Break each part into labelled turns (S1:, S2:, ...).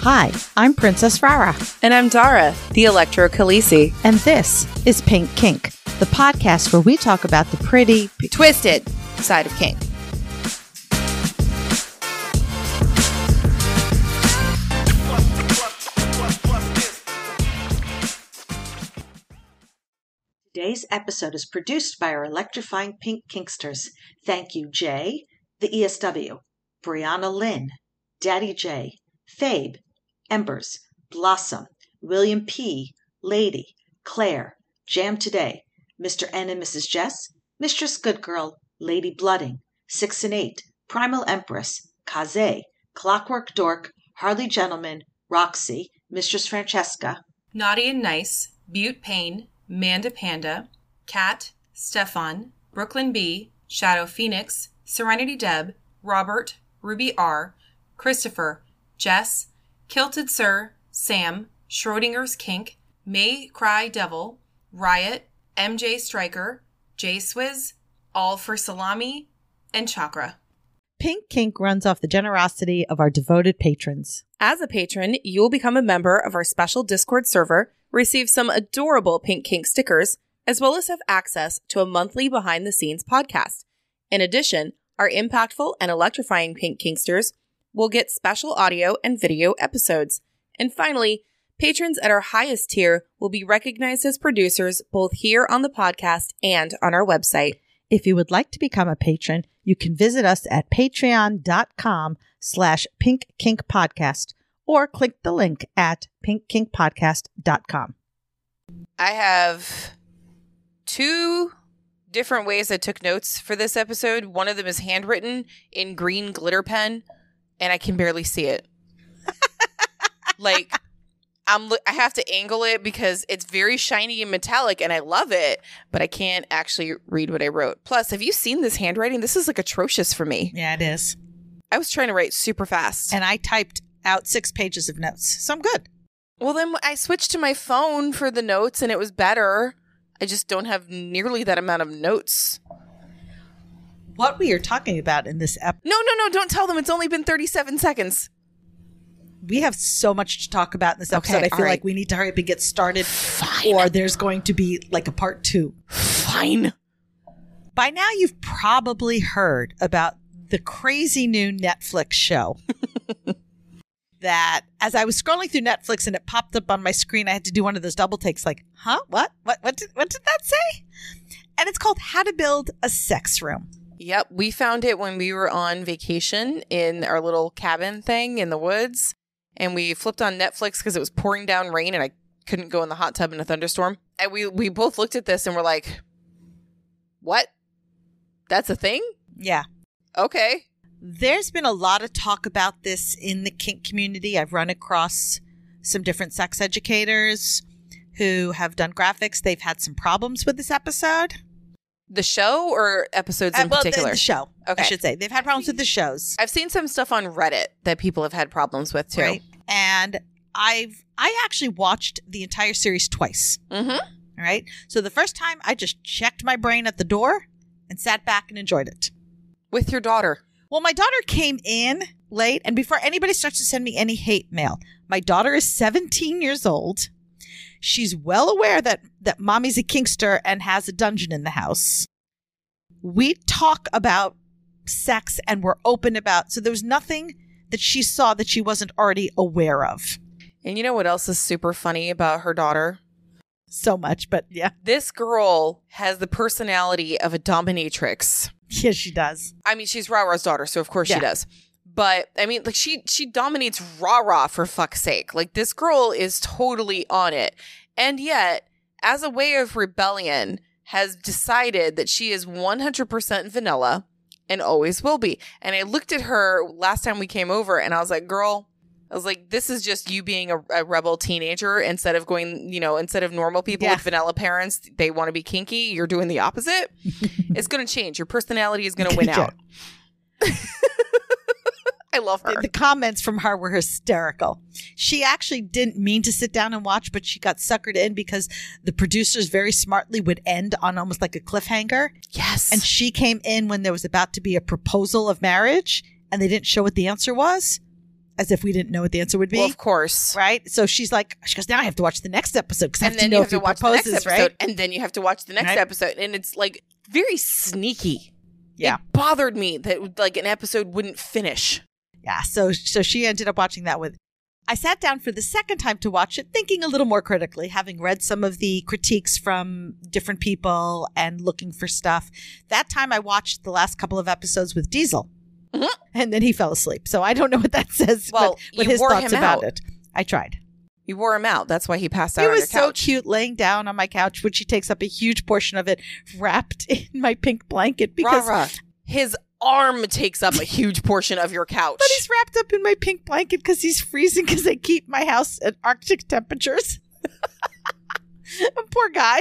S1: Hi, I'm Princess Rara,
S2: And I'm Dara, the Electro Khaleesi.
S1: and this is Pink Kink, the podcast where we talk about the pretty.
S2: Twisted side of kink.
S3: Today's episode is produced by our electrifying pink kinksters. Thank you, Jay, the ESW, Brianna Lynn, Daddy J, Fabe, Embers, Blossom, William P, Lady, Claire, Jam Today, Mr. N and Mrs. Jess, Mistress Good Girl, Lady Blooding, Six and Eight, Primal Empress, Kaze, Clockwork Dork, Harley Gentleman, Roxy, Mistress Francesca,
S4: Naughty and Nice, Butte Payne, Manda Panda, Kat, Stefan, Brooklyn B, Shadow Phoenix, Serenity Deb, Robert, Ruby R, Christopher, Jess, Kilted Sir, Sam, Schrodinger's Kink, May Cry Devil, Riot, MJ Striker, J Swizz, All for Salami, and Chakra.
S1: Pink Kink runs off the generosity of our devoted patrons.
S2: As a patron, you will become a member of our special Discord server, receive some adorable Pink Kink stickers, as well as have access to a monthly behind the scenes podcast. In addition, our impactful and electrifying Pink Kinksters will get special audio and video episodes. And finally, patrons at our highest tier will be recognized as producers both here on the podcast and on our website.
S1: If you would like to become a patron, you can visit us at patreon.com slash Pink Kink Podcast or click the link at pinkkinkpodcast.com.
S5: I have two different ways I took notes for this episode. One of them is handwritten in green glitter pen, and I can barely see it. like I'm, lo- I have to angle it because it's very shiny and metallic, and I love it, but I can't actually read what I wrote. Plus, have you seen this handwriting? This is like atrocious for me.
S6: Yeah, it is.
S5: I was trying to write super fast.
S6: And I typed out six pages of notes. So I'm good.
S5: Well, then I switched to my phone for the notes and it was better. I just don't have nearly that amount of notes.
S6: What we are talking about in this ep,
S5: No, no, no, don't tell them. It's only been 37 seconds.
S6: we have so much to talk about in this episode.
S5: Okay,
S6: I feel
S5: all right.
S6: like we need to hurry up and get started, or there's going to be like a part two.
S5: Fine.
S6: By now, you've probably heard about the crazy new Netflix show. that as I was scrolling through Netflix and it popped up on my screen, I had to do one of those double takes like, huh? What? What, what, did, what did that say? And it's called How to Build a Sex Room.
S5: Yep, we found it when we were on vacation in our little cabin thing in the woods. And we flipped on Netflix because it was pouring down rain and I couldn't go in the hot tub in a thunderstorm. And we, we both looked at this and we're like, what? That's a thing?
S6: Yeah.
S5: Okay.
S6: There's been a lot of talk about this in the kink community. I've run across some different sex educators who have done graphics. They've had some problems with this episode.
S5: The show or episodes
S6: Uh,
S5: in
S6: well, the-
S5: particular?
S6: The, show,
S5: Okay.
S6: I should say. They've had problems with the shows,
S5: I've seen some stuff on Reddit that people have had problems with too.
S6: right? And I've I actually watched the entire series twice.
S5: Mhm.
S6: All right. So the first time, I just checked my brain at the door and sat back and enjoyed it.
S5: With your daughter.
S6: Well, my daughter came in late, and before anybody starts to send me any hate mail, my daughter is 17 years old. She's well aware that that mommy's a kingster and has a dungeon in the house. We talk about sex and we're open about, so there was nothing that she saw that she wasn't already aware of.
S5: And you know what else is super funny about her daughter?
S6: So much, but yeah,
S5: This girl has the personality of a dominatrix.
S6: yeah, she does.
S5: I mean, she's Rara's daughter, so of course
S6: Yeah.
S5: she does. But I mean, like she she dominates Rara for fuck's sake. Like this girl is totally on it. And yet, as a way of rebellion, has decided that she is 100% vanilla and always will be. And I looked at her last time we came over and I was like, "Girl, I was like, this is just you being a, a rebel teenager instead of going, you know, instead of normal people
S6: Yeah.
S5: with vanilla parents, they want to be kinky, you're doing the opposite." it's going to change. Your personality is going to win
S6: Yeah.
S5: out. I love her.
S6: The, the comments from her were hysterical. She actually didn't mean to sit down and watch, but she got suckered in because the producers very smartly would end on almost like a cliffhanger.
S5: Yes.
S6: And she came in when there was about to be a proposal of marriage and they didn't show what the answer was. as if we didn't know what the answer would be.
S5: Well, of course.
S6: Right? So she's like, she goes, now I have to watch the next episode because I have
S5: And then
S6: to know
S5: you
S6: if
S5: have
S6: he
S5: to watch
S6: proposes,
S5: the next
S6: right?
S5: episode, and then you have to watch the next
S6: Right.
S5: episode, and it's like very sneaky.
S6: Yeah.
S5: it bothered me that like an episode wouldn't finish.
S6: Yeah. So so she ended up watching that with. I sat down for the second time to watch it, thinking a little more critically, having read some of the critiques from different people and looking for stuff. That time I watched the last couple of episodes with Diesel,
S5: Mhm.
S6: and then he fell asleep. So I don't know what that says. but-
S5: Well,
S6: but
S5: you
S6: his
S5: wore
S6: thoughts
S5: him
S6: about
S5: out.
S6: it, I tried.
S5: You wore him out. That's why he passed out
S6: It
S5: on
S6: was
S5: your
S6: so
S5: couch.
S6: cute, laying down on my couch, which he takes up a huge portion of it, wrapped in my pink blanket because
S5: Rah-rah. his arm takes up a huge portion of your couch.
S6: But he's wrapped up in my pink blanket because he's freezing because I keep my house at Arctic temperatures. Poor guy.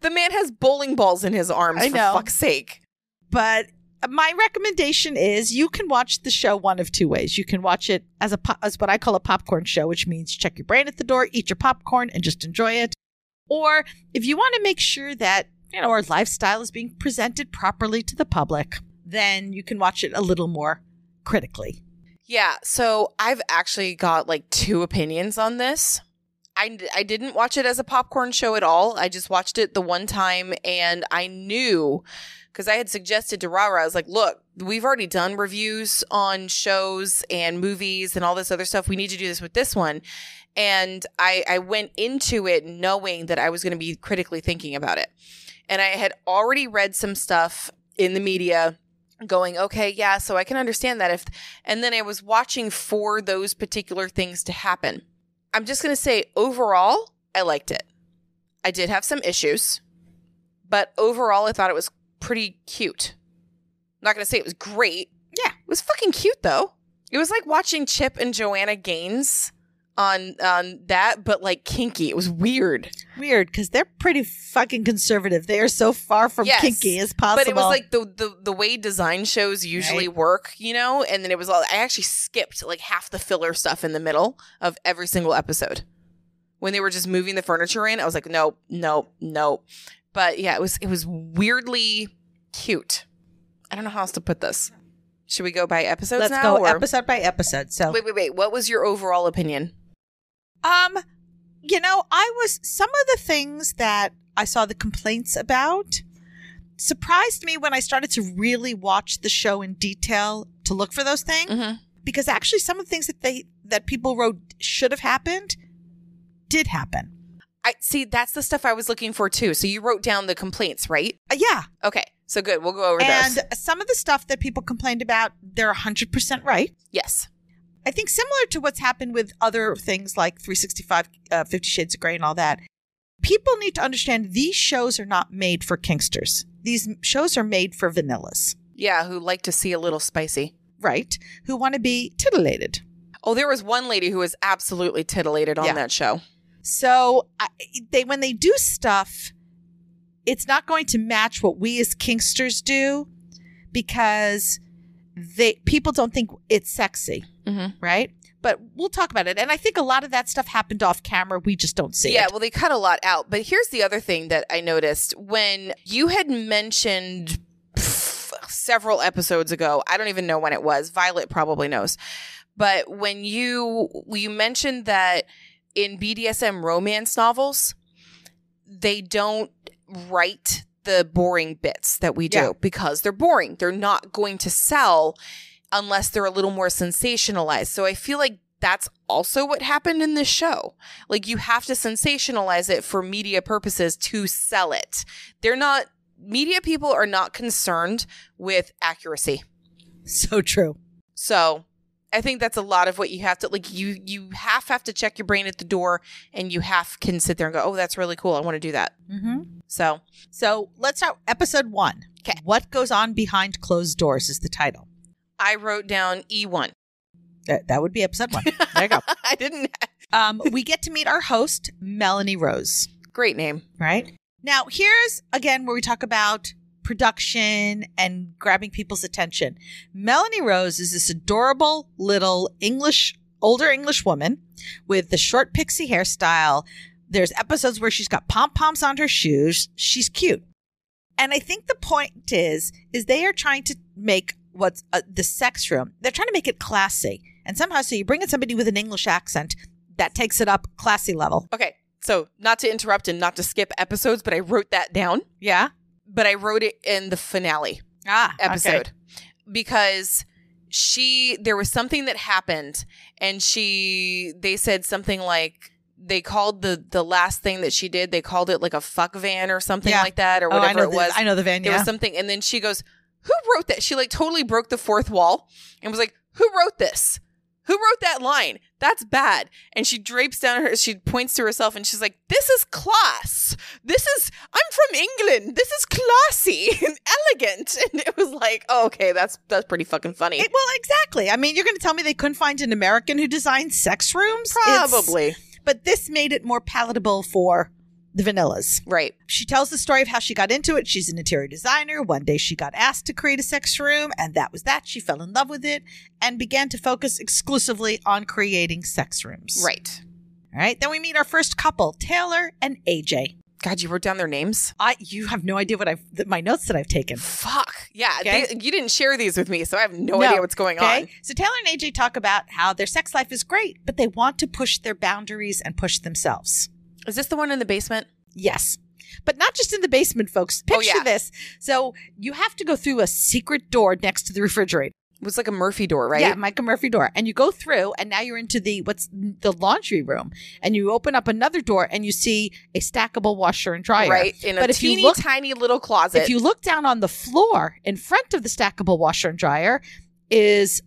S5: the man has bowling balls in his arms.
S6: I
S5: for
S6: know.
S5: fuck's sake.
S6: But my recommendation is you can watch the show one of two ways. You can watch it as a po- as what I call a popcorn show, which means check your brain at the door, eat your popcorn, and just enjoy it. Or if you want to make sure that you know our lifestyle is being presented properly to the public, then you can watch it a little more critically.
S5: Yeah, so I've actually got like two opinions on this. I, I didn't watch it as a popcorn show at all. I just watched it the one time and I knew because I had suggested to Rara, I was like, look, we've already done reviews on shows and movies and all this other stuff. We need to do this with this one. And I, I went into it knowing that I was going to be critically thinking about it. And I had already read some stuff in the media going, okay, yeah, so I can understand that if and then I was watching for those particular things to happen. I'm just going to say overall, I liked it. I did have some issues, but overall, I thought it was pretty cute. I'm not going to say it was great. Yeah, it was fucking cute though. It was like watching Chip and Joanna Gaines on on that, but like kinky. It was weird,
S6: Weird, because they're pretty fucking conservative. They are so far from
S5: Yes,
S6: kinky as possible.
S5: but it was like the the the way design shows usually work, you know. And then it was all I actually skipped like half the filler stuff in the middle of every single episode when they were just moving the furniture in. I was like, nope, nope, nope. But yeah, it was it was weirdly cute. I don't know how else to put this. Should we go by episodes
S6: let's
S5: now?
S6: go
S5: or-
S6: episode by episode. So,
S5: Wait, wait, wait. What was your overall opinion?
S6: um, you know, I was some of the things that I saw the complaints about surprised me when I started to really watch the show in detail to look for those things
S5: Mhm.
S6: because actually some of the things that they that people wrote should have happened did happen.
S5: I see. That's the stuff I was looking for too. So you wrote down the complaints, right?
S6: Uh, yeah,
S5: Okay. So good. We'll go over
S6: and
S5: those.
S6: some of the stuff that people complained about, they're hundred percent right.
S5: Yes.
S6: I think similar to what's happened with other things like 365, uh, Fifty Shades of Grey, and all that, people need to understand these shows are not made for kinksters. These m- shows are made for vanillas,
S5: Yeah. Who like to see a little spicy?
S6: right? Who want to be titillated.
S5: Oh, there was one lady who was absolutely titillated on
S6: Yeah.
S5: that show.
S6: So I, they, when they do stuff, it's not going to match what we as kinksters do because they people don't think it's sexy,
S5: Mhm.
S6: right? But we'll talk about it. And I think a lot of that stuff happened off camera. We just don't see
S5: yeah,
S6: it.
S5: well, they cut a lot out. But here's the other thing that I noticed when you had mentioned pff, several episodes ago. I don't even know when it was. Violet probably knows. But when you you mentioned that in BDSM romance novels, they don't write the boring bits that we do
S6: Yeah.
S5: because they're boring. They're not going to sell unless they're a little more sensationalized. So I feel like that's also what happened in this show. Like you have to sensationalize it for media purposes to sell it. They're not media people are not concerned with accuracy.
S6: So true.
S5: So I think that's a lot of what you have to like you you half have to check your brain at the door and you half can sit there and go, "Oh, that's really cool. I want to do that."
S6: Mm-hmm.
S5: So,
S6: So let's start episode one.
S5: 'Kay.
S6: What goes on behind closed doors is the title.
S5: I wrote down E1.
S6: That, that would be episode one. There you go.
S5: I didn't
S6: Um, we get to meet our host, Melanie Rose.
S5: Great name.
S6: Right. Now, here's again where we talk about production and grabbing people's attention. Melanie Rose is this adorable little English, older English woman with the short pixie hairstyle. There's episodes where she's got pom poms on her shoes. She's cute. And I think the point is, is they are trying to make what's uh, the sex room. They're trying to make it classy. And somehow, so you bring in somebody with an English accent that takes it up classy level.
S5: Okay, so not to interrupt and not to skip episodes, but I wrote that down,
S6: Yeah.
S5: but I wrote it in the finale.
S6: Ah,
S5: episode because she there was something that happened and she they said something like they called the the last thing that she did they called it like a fuck van or something
S6: Yeah.
S5: like that or
S6: Oh, I
S5: whatever
S6: know
S5: it
S6: the-
S5: was
S6: I know the van.
S5: there
S6: Yeah.
S5: was something and then she goes who wrote that she like totally broke the fourth wall and was like who wrote this who wrote that line that's bad and she drapes down her she points to herself and she's like this is class this is i'm from england this is classy and elegant and it was like oh, okay that's that's pretty fucking funny
S6: It- well, exactly. I mean, you're going to tell me they couldn't find an American who designed sex rooms? It's-
S5: probably
S6: but this made it more palatable for the vanillas.
S5: right
S6: She tells the story of how she got into it. She's an interior designer. One day she got asked to create a sex room, and that was that. She fell in love with it and began to focus exclusively on creating sex rooms.
S5: right
S6: All right. Then we meet our first couple, Taylor and AJ.
S5: god you wrote down their names
S6: I, you have no idea what I've, th- my notes that I've taken.
S5: fuck yeah
S6: Okay.
S5: they- you didn't share these with me so i have no,
S6: No.
S5: idea what's going
S6: Okay.
S5: on
S6: So Taylor and AJ talk about how their sex life is great, but they want to push their boundaries and push themselves.
S5: is this the one in the basement
S6: Yes. But not just in the basement, folks.
S5: Oh,
S6: Picture
S5: yeah.
S6: this. So you have to go through a secret door next to the refrigerator.
S5: it was like a murphy door right
S6: Yeah, Micah Murphy door. And you go through, and now you're into the what's the laundry room. And you open up another door and you see a stackable washer and dryer.
S5: Right. In a
S6: But if you
S5: teeny
S6: look-
S5: tiny little closet.
S6: If you look down on the floor in front of the stackable washer and dryer is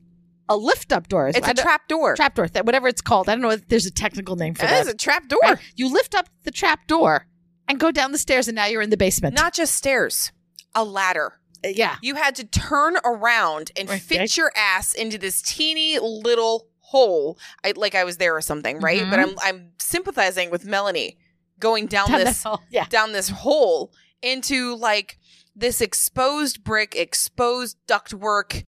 S6: a lift up door.
S5: it's
S6: I
S5: a
S6: don't-
S5: trap door.
S6: trap door, that whatever it's called. I don't know if there's a technical name for
S5: That
S6: that.
S5: is a trap door.
S6: Right? You lift up the trap door and go down the stairs, and now you're in the basement.
S5: Not just stairs. A ladder.
S6: Uh, yeah.
S5: You had to turn around and
S6: Right.
S5: fit your ass into this teeny little hole. I, like I was there or something, right? But I'm I'm sympathizing with Melanie going down
S6: Mm-hmm. Down
S5: this
S6: that hall. Yeah.
S5: down this hole into like this exposed brick, exposed ductwork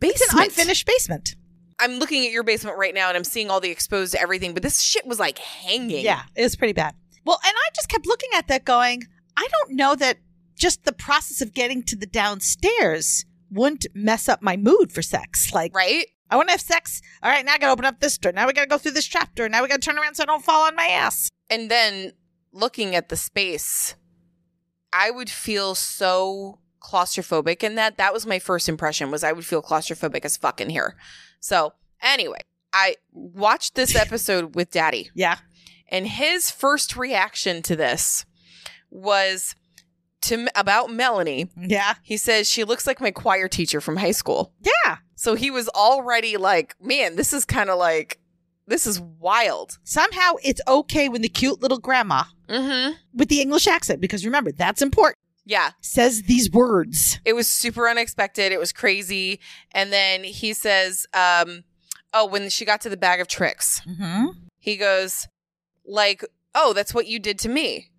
S5: basement.
S6: It's an unfinished basement.
S5: I'm looking at your basement right now and I'm seeing all the exposed everything, but this shit was like hanging.
S6: Yeah, it was pretty bad. Well, and I just kept looking at that going, I don't know that just the process of getting to the downstairs wouldn't mess up my mood for sex. Like,
S5: Right?
S6: I want to have sex. All right, now I got to open up this door. Now we got to go through this trap door. Now we got to turn around so I don't fall on my ass.
S5: and then looking at the space, I would feel so claustrophobic in that. That was my first impression was I would feel claustrophobic as fuck in here. So anyway, I watched this episode with Daddy,
S6: Yeah.
S5: and his first reaction to this was to about Melanie.
S6: Yeah.
S5: He says she looks like my choir teacher from high school.
S6: Yeah.
S5: So he was already like, man, this is kind of like, this is wild.
S6: Somehow it's okay when the cute little grandma
S5: Mm-hmm.
S6: with the English accent, because remember, that's important,
S5: Yeah.
S6: says these words.
S5: it was super unexpected. It was crazy. And then he says, um, oh, when she got to the bag of tricks,
S6: Mm-hmm.
S5: he goes, like, oh, that's what you did to me.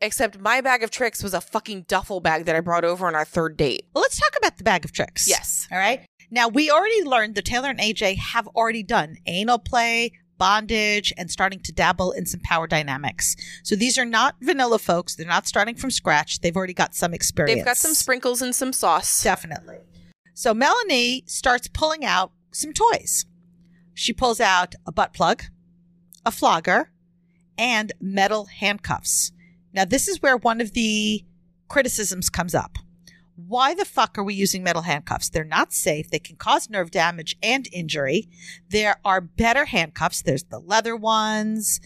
S5: Except my bag of tricks was a fucking duffel bag that I brought over on our third date.
S6: Well, let's talk about the bag of tricks.
S5: Yes.
S6: All right. Now, we already learned that Taylor and AJ have already done anal play, bondage, and starting to dabble in some power dynamics. So these are not vanilla folks. They're not starting from scratch. They've already got some experience.
S5: They've got some sprinkles and some sauce.
S6: Definitely. So Melanie starts pulling out some toys. She pulls out a butt plug, a flogger, and metal handcuffs. Now, this is where one of the criticisms comes up. Why the fuck are we using metal handcuffs? They're not safe. They can cause nerve damage and injury. There are better handcuffs. There's the leather ones.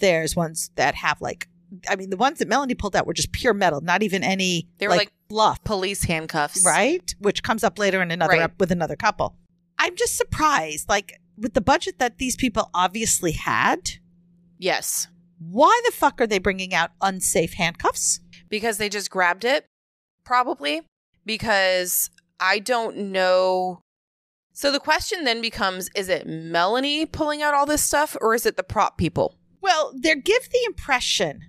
S6: There's ones that have like, I mean, the ones that Melanie pulled out were just pure metal, not even any
S5: They were like
S6: bluff
S5: Police handcuffs.
S6: right? Which comes up later in another
S5: Right.
S6: ep- with another couple. I'm just surprised, like with the budget that these people obviously had,
S5: Yes.
S6: why the fuck are they bringing out unsafe handcuffs?
S5: because they just grabbed it probably because i don't know so the question then becomes is it melanie pulling out all this stuff or is it the prop people
S6: Well, they give the impression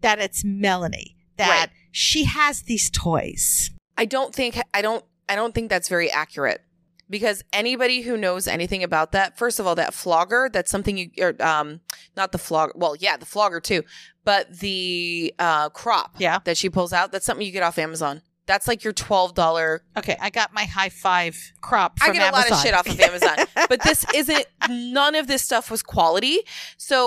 S6: that it's Melanie that she has these toys.
S5: i don't think i don't i don't think that's very accurate because anybody who knows anything about that first of all that flogger that's something you or, um not the flog well yeah the flogger too but the uh crop
S6: Yeah.
S5: that she pulls out that's something you get off amazon That's like your twelve dollar.
S6: Okay, I got my high five crop.
S5: I
S6: from
S5: get a lot of
S6: Amazon.
S5: shit off of Amazon, but this isn't. None of this stuff was quality. So,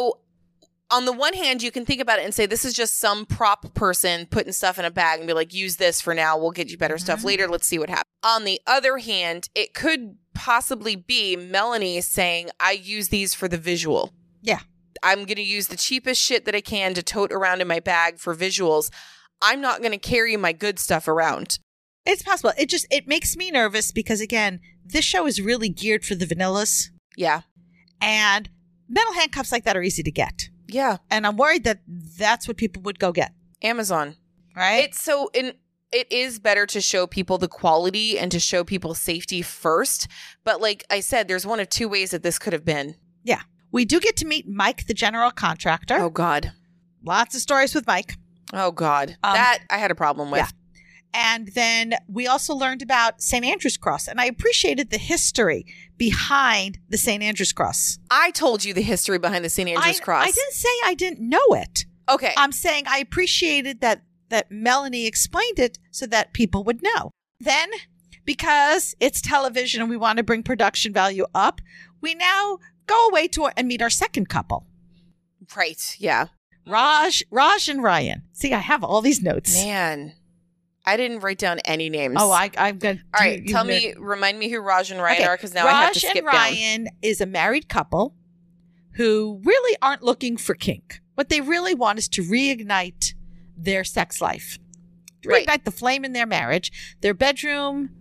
S5: on the one hand, you can think about it and say this is just some prop person putting stuff in a bag and be like, use this for now. We'll get you better
S6: Mm-hmm.
S5: stuff later. Let's see what happens. On the other hand, it could possibly be Melanie saying, "I use these for the visual."
S6: Yeah.
S5: I'm going to use the cheapest shit that I can to tote around in my bag for visuals. I'm not going to carry my good stuff around.
S6: It's possible. It just it makes me nervous because again, this show is really geared for the vanillas,
S5: Yeah.
S6: and metal handcuffs like that are easy to get.
S5: Yeah.
S6: And I'm worried that that's what people would go get.
S5: Amazon.
S6: Right?
S5: It's so in it is better to show people the quality and to show people safety first. But like I said, there's one of two ways that this could have been.
S6: we do get to meet Mike, the general contractor.
S5: Oh God.
S6: Lots of stories with Mike.
S5: Oh God.
S6: Um,
S5: that I had a problem with.
S6: yeah. And then we also learned about St. Andrew's Cross. And I appreciated the history behind the St. Andrew's Cross.
S5: I told you the history behind the St. Andrew's
S6: I,
S5: Cross.
S6: I didn't say I didn't know it.
S5: okay.
S6: I'm saying I appreciated that that Melanie explained it so that people would know. Then because it's television and we want to bring production value up, we now go away to and meet our second couple,
S5: right. Yeah.
S6: Raj, Raj and Ryan. See, I have all these notes.
S5: Man. I didn't write down any names.
S6: Oh, I, I'm gonna.
S5: All
S6: do-
S5: right,
S6: you
S5: tell
S6: know-
S5: me, remind me who Raj and Ryan
S6: Okay,
S5: are because now
S6: Raj
S5: I have to skip
S6: and
S5: down.
S6: Ryan is a married couple who really aren't looking for kink. What they really want is to reignite their sex life, reignite
S5: Right.
S6: the flame in their marriage. Their bedroom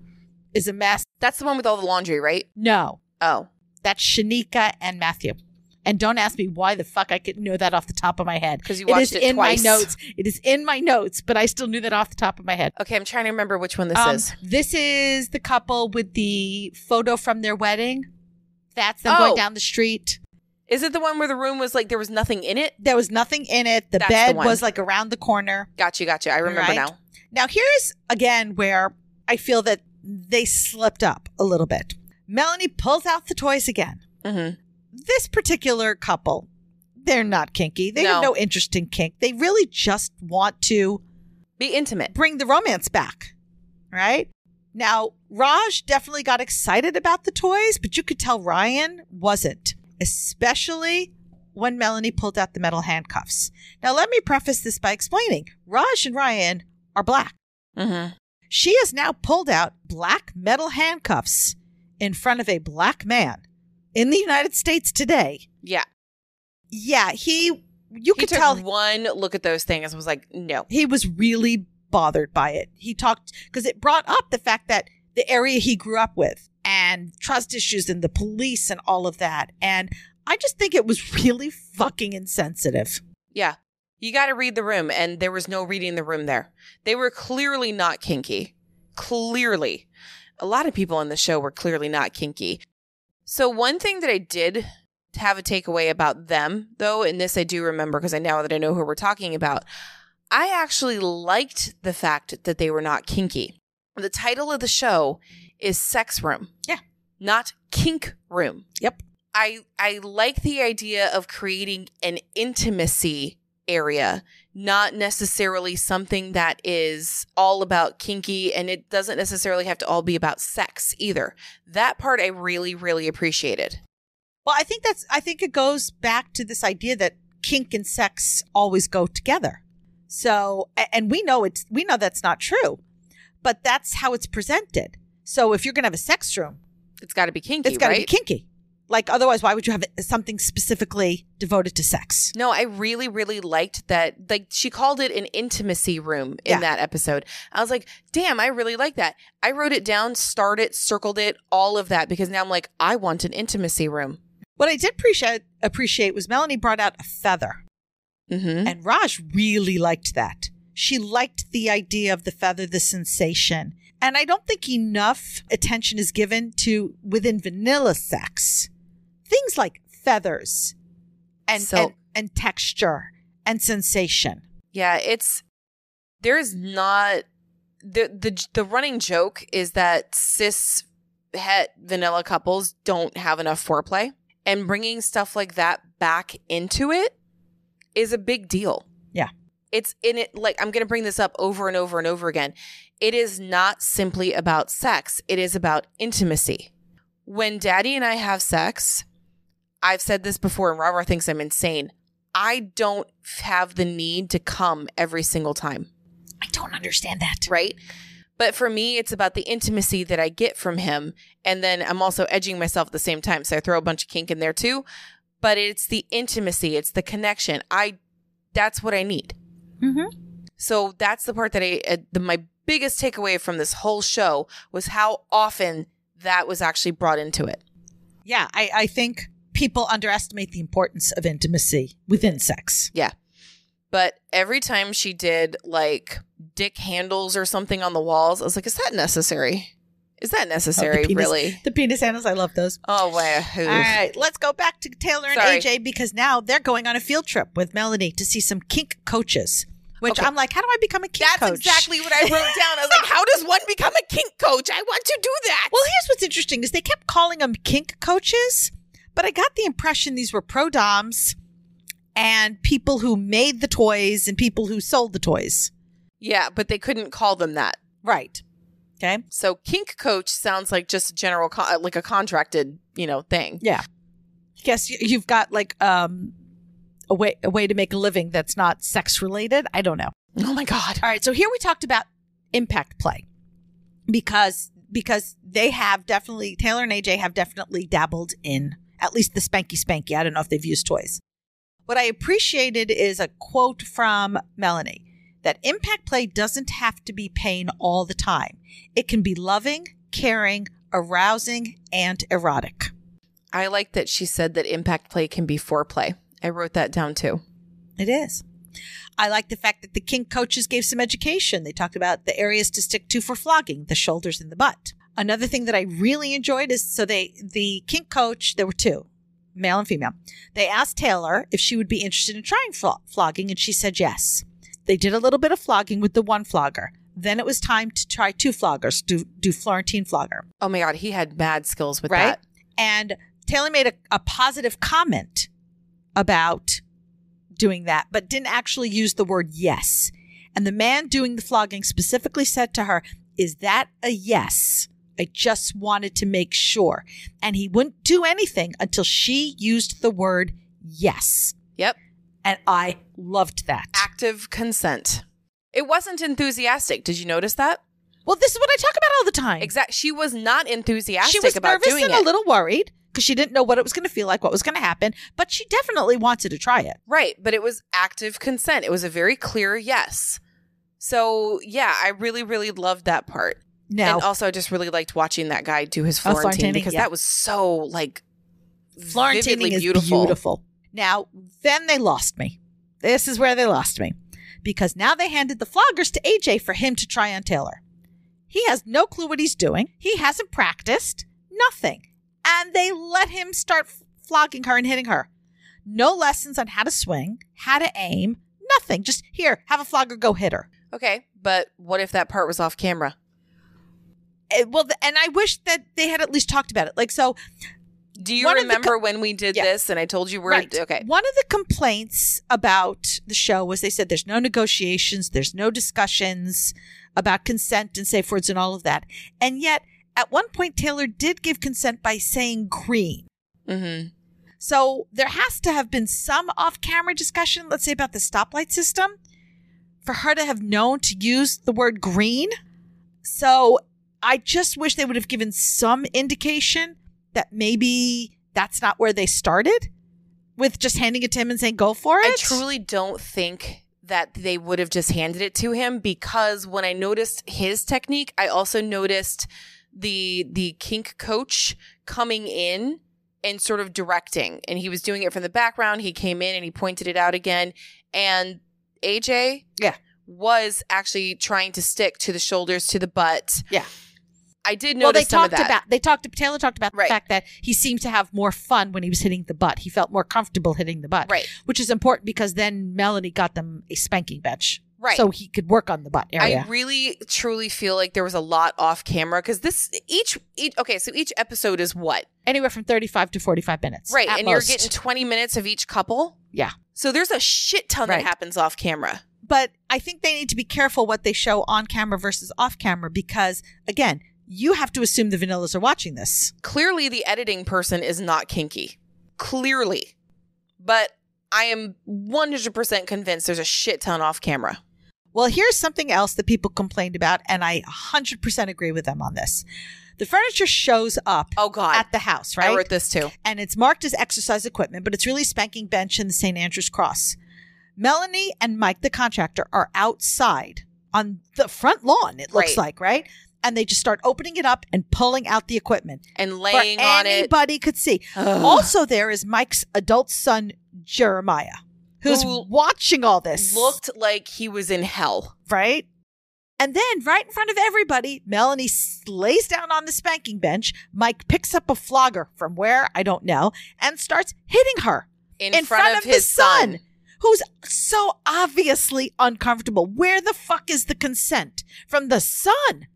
S6: is a mess.
S5: That's the one with all the laundry, right?
S6: No,
S5: Oh,
S6: that's Shanika and Matthew. And don't ask me why the fuck I couldn't know that off the top of my head.
S5: because you
S6: It
S5: watched
S6: is
S5: it,
S6: in
S5: twice.
S6: my notes. It is in my notes, but I still knew that off the top of my head.
S5: Okay, I'm trying to remember which one this
S6: Um,
S5: is.
S6: This is the couple with the photo from their wedding. That's them going
S5: Oh.
S6: down the street.
S5: Is it the one where the room was like there was nothing in it?
S6: There was nothing in it. The
S5: That's
S6: bed
S5: the one.
S6: was like around the corner.
S5: Gotcha, gotcha. I remember
S6: Right.
S5: now.
S6: Now, here's again where I feel that they slipped up a little bit. Melanie pulls out the toys again.
S5: Mm-hmm.
S6: This particular couple, they're not kinky. They have
S5: No.
S6: no interest in kink. They really just want to
S5: Be intimate.
S6: bring the romance back, right? Now, Raj definitely got excited about the toys, but you could tell Ryan wasn't, especially when Melanie pulled out the metal handcuffs. Now, let me preface this by explaining Raj and Ryan are black.
S5: Mm-hmm.
S6: She has now pulled out black metal handcuffs in front of a black man in the United States today.
S5: Yeah,
S6: Yeah, he, you
S5: he
S6: could
S5: took
S6: tell
S5: one look at those things and was like, "No."
S6: he was really bothered by it. He talked because it brought up the fact that the area he grew up with and trust issues and the police and all of that. And I just think it was really fucking insensitive.
S5: Yeah, you got to read the room, and there was no reading the room. There, they were clearly not kinky. Clearly, a lot of people on the show were clearly not kinky. So one thing that I did have a takeaway about them, though, and this I do remember because I now that I know who we're talking about, I actually liked the fact that they were not kinky. The title of the show is Sex Room.
S6: Yeah.
S5: Not Kink Room.
S6: Yep.
S5: I I like the idea of creating an intimacy area, not necessarily something that is all about kinky and it doesn't necessarily have to all be about sex either. That part I really really appreciated.
S6: Well, I think that's, I think it goes back to this idea that kink and sex always go together. So, a- and we know it's, we know that's not true, but that's how it's presented. So if you're going to have a sex room,
S5: It's got to be kinky,
S6: it's got to
S5: right?
S6: be kinky. Like otherwise, why would you have something specifically devoted to sex?
S5: No, I really, really liked that. Like she called it an intimacy room in
S6: Yeah.
S5: that episode. I was like, damn, I really like that. I wrote it down, starred it, circled it, all of that because now I'm like, I want an intimacy room.
S6: What I did appreciate appreciate was Melanie brought out a feather,
S5: Mm-hmm.
S6: and Raj really liked that. She liked the idea of the feather, the sensation, and I don't think enough attention is given to within vanilla sex things like feathers and
S5: So-
S6: and, and texture and sensation.
S5: Yeah, it's there is not the the the running joke is that cis het vanilla couples don't have enough foreplay, and bringing stuff like that back into it is a big deal.
S6: Yeah.
S5: it's in it like i'm going to bring this up over and over and over again it is not simply about sex it is about intimacy when daddy and i have sex i've said this before and rara thinks i'm insane i don't have the need to come every single time
S6: I don't understand that.
S5: right? But for me, it's about the intimacy that I get from him. And then I'm also edging myself at the same time. So I throw a bunch of kink in there too. But it's the intimacy, it's the connection. I, that's what I need.
S6: Mhm.
S5: So that's the part that I, uh, the, my biggest takeaway from this whole show was how often that was actually brought into it.
S6: Yeah, I, I think people underestimate the importance of intimacy within sex.
S5: But every time she did like dick handles or something on the walls, I was like, is that necessary? Is that necessary?
S6: penis-
S5: really?
S6: The penis handles, I love those.
S5: Oh, wow.
S6: All right, let's go back to Taylor and
S5: Sorry.
S6: AJ because now they're going on a field trip with Melanie to see some kink coaches. Which
S5: Okay.
S6: I'm like, how do I become a kink
S5: That's
S6: coach?
S5: exactly what I wrote down. I was like, how does one become a kink coach? I want to do that.
S6: Well, here's what's interesting is they kept calling them kink coaches, but I got the impression these were pro doms and people who made the toys and people who sold the toys.
S5: yeah, but they couldn't call them that.
S6: Right. Okay.
S5: So kink coach sounds like just a general, con- like a contracted, you know, thing.
S6: Yeah. Yes, you- you've got like um a way a way to make a living that's not sex related. I don't know.
S5: Oh my God.
S6: All right, so here we talked about impact play because because they have definitely Taylor and AJ have definitely dabbled in at least the spanky spanky. I don't know if they've used toys. What I appreciated is a quote from Melanie that impact play doesn't have to be pain all the time. It can be loving, caring, arousing, and erotic.
S5: I like that she said that impact play can be foreplay. I wrote that down too.
S6: It is. I like the fact that the kink coaches gave some education. They talked about the areas to stick to for flogging, the shoulders and the butt. Another thing that I really enjoyed is so they the kink coach, there were two, male and female. They asked Taylor if she would be interested in trying flo- flogging and she said yes. They did a little bit of flogging with the one flogger. Then it was time to try two floggers, do do Florentine flogger
S5: Oh my God. He had bad skills with
S6: right?
S5: that.
S6: And Taylor made a, a positive comment about doing that, but didn't actually use the word yes. And the man doing the flogging specifically said to her, Is that a yes? I just wanted to make sure. And he wouldn't do anything until she used the word yes.
S5: Yep.
S6: And I loved that.
S5: Active consent. It wasn't enthusiastic. Did you notice that?
S6: Well, this is what I talk about all the time.
S5: Exact. She was not enthusiastic
S6: She was
S5: about
S6: nervous
S5: doing
S6: and
S5: it.
S6: a little worried because she didn't know what it was going to feel like, what was going to happen, but she definitely wanted to try it.
S5: Right, but it was active consent. It was a very clear yes. So yeah, I really, really loved that part.
S6: Now,
S5: and also I just really liked watching that guy do his
S6: Oh,
S5: Florentine,
S6: Florentining,
S5: because
S6: yeah.
S5: that was so like
S6: Florentining
S5: vividly
S6: is beautiful.
S5: beautiful.
S6: Now, then they lost me. This is where they lost me because now they handed the floggers to AJ for him to try on Taylor. He has no clue what he's doing. He hasn't practiced nothing. And they let him start f- flogging her and hitting her. No lessons on how to swing, how to aim, nothing. Just here, have a flogger go hit her.
S5: Okay, but what if that part was off camera?
S6: Eh, well, th- and I wish that they had at least talked about it. Like, so
S5: Do you
S6: One of the
S5: remember when we did
S6: Yeah.
S5: this and I told you where?
S6: Right.
S5: Okay,
S6: One of the complaints about the show was they said there's no negotiations, there's no discussions about consent and safe words and all of that. And yet, at one point, Taylor did give consent by saying green.
S5: hmm
S6: So there has to have been some off camera discussion, let's say about the stoplight system, for her to have known to use the word green. So I just wish they would have given some indication that maybe that's not where they started with just handing it to him and saying, go for it.
S5: I truly don't think that they would have just handed it to him because when I noticed his technique, I also noticed the the kink coach coming in and sort of directing. And he was doing it from the background. He came in and he pointed it out again. And AJ
S6: Yeah.
S5: was actually trying to stick to the shoulders, to the butt.
S6: Yeah.
S5: I did notice
S6: well, they
S5: some
S6: talked
S5: of that.
S6: about, they talked, Taylor talked about
S5: Right.
S6: the fact that he seemed to have more fun when he was hitting the butt. He felt more comfortable hitting the butt,
S5: right.
S6: which is important because then Melanie got them a spanking bench.
S5: Right.
S6: So he could work on the butt area.
S5: I really truly feel like there was a lot off camera because this each, each okay so each episode is what
S6: anywhere from 35 to 45 minutes.
S5: Right.
S6: at
S5: And
S6: most.
S5: you're getting 20 minutes of each couple.
S6: Yeah.
S5: So there's a shit ton
S6: Right.
S5: that happens off camera.
S6: but I think they need to be careful what they show on camera versus off camera because, again, you have to assume the vanillas are watching this.
S5: Clearly, the editing person is not kinky. Clearly. But I am 100% convinced there's a shit ton off camera.
S6: Well, here's something else that people complained about, and I 100% agree with them on this. The furniture shows up
S5: Oh, God.
S6: at the house, right?
S5: I wrote this too.
S6: and it's marked as exercise equipment, but it's really spanking bench and the St. Andrew's Cross. Melanie and Mike, the contractor, are outside on the front lawn, it looks
S5: Right.
S6: like, right? And they just start opening it up and pulling out the equipment.
S5: And
S6: for
S5: laying on it.
S6: anybody could see.
S5: Ugh.
S6: Also, there is Mike's adult son, Jeremiah, who's
S5: Who
S6: watching all this.
S5: Looked like he was in hell.
S6: right? And then, right in front of everybody, Melanie s- lays down on the spanking bench. Mike picks up a flogger from where, I don't know, and starts hitting her
S5: In,
S6: in,
S5: front, of,
S6: the
S5: his son.
S6: who's so obviously uncomfortable. Where the fuck is the consent from the son?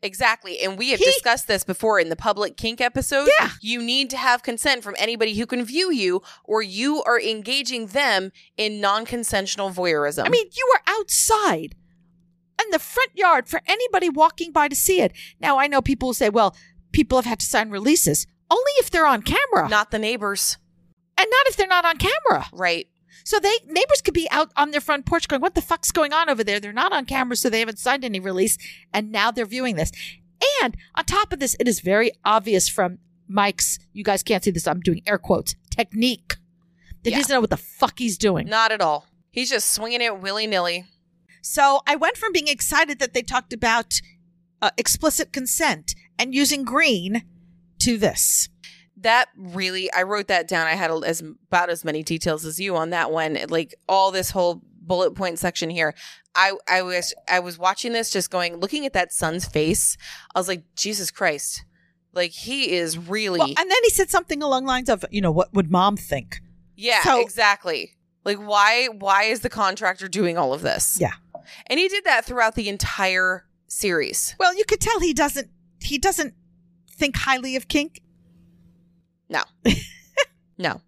S5: Exactly. And we have
S6: He-
S5: discussed this before in the public kink episode.
S6: Yeah.
S5: You need to have consent from anybody who can view you, or you are engaging them in non consensual voyeurism.
S6: I mean, you were outside in the front yard for anybody walking by to see it. Now, I know people will say, well, people have had to sign releases only if they're on camera
S5: not the neighbors.
S6: and not if they're not on camera.
S5: Right.
S6: So they neighbors could be out on their front porch going, "What the fuck's going on over there?" They're not on camera, so they haven't signed any release, and now they're viewing this. And on top of this, it is very obvious from Mike's. You guys can't see this. I'm doing air quotes technique. That
S5: Yeah.
S6: he doesn't know what the fuck he's doing.
S5: Not at all. He's just swinging it willy nilly.
S6: So I went from being excited that they talked about uh, explicit consent and using green to this.
S5: That really, I wrote that down. I had a- as about as many details as you on that one. Like all this whole bullet point section here. I I was I was watching this, just going looking at that son's face. I was like, Jesus Christ, like he is really,
S6: Well, and then he said something along the lines of, "You know, what would mom think?"
S5: yeah,
S6: so-
S5: exactly. Like why why is the contractor doing all of this?
S6: Yeah.
S5: and he did that throughout the entire series.
S6: Well, you could tell he doesn't he doesn't think highly of kink.
S5: No.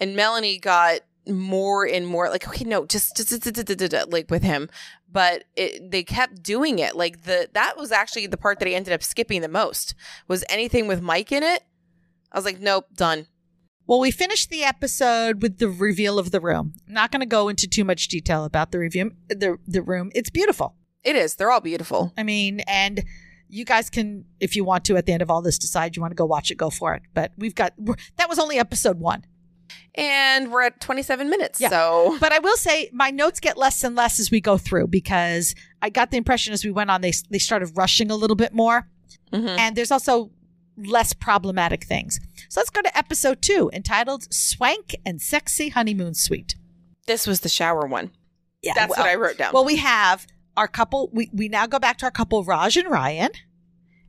S5: And Melanie got more and more like okay no just, just, just, just, just, just, like with him but it, they kept doing it like the that was actually the part that i ended up skipping the most was anything with mike in it i was like nope done
S6: Well, we finished the episode with the reveal of the room. I'm not going to go into too much detail about the review the the room. It's beautiful.
S5: it is they're all beautiful
S6: I mean, and you guys can if you want to at the end of all this decide you want to go watch it, go for it. But we've got we're- that was only episode 1.
S5: and we're at 27 minutes
S6: Yeah.
S5: so
S6: But I will say my notes get less and less as we go through because I got the impression as we went on they they started rushing a little bit more.
S5: Mhm.
S6: and there's also less problematic things. So let's go to episode two, entitled "Swank and Sexy Honeymoon Suite."
S5: this was the shower one
S6: Yeah,
S5: that's
S6: well,
S5: what i wrote down
S6: Well, we have our couple. We we now go back to our couple, Raj and Ryan,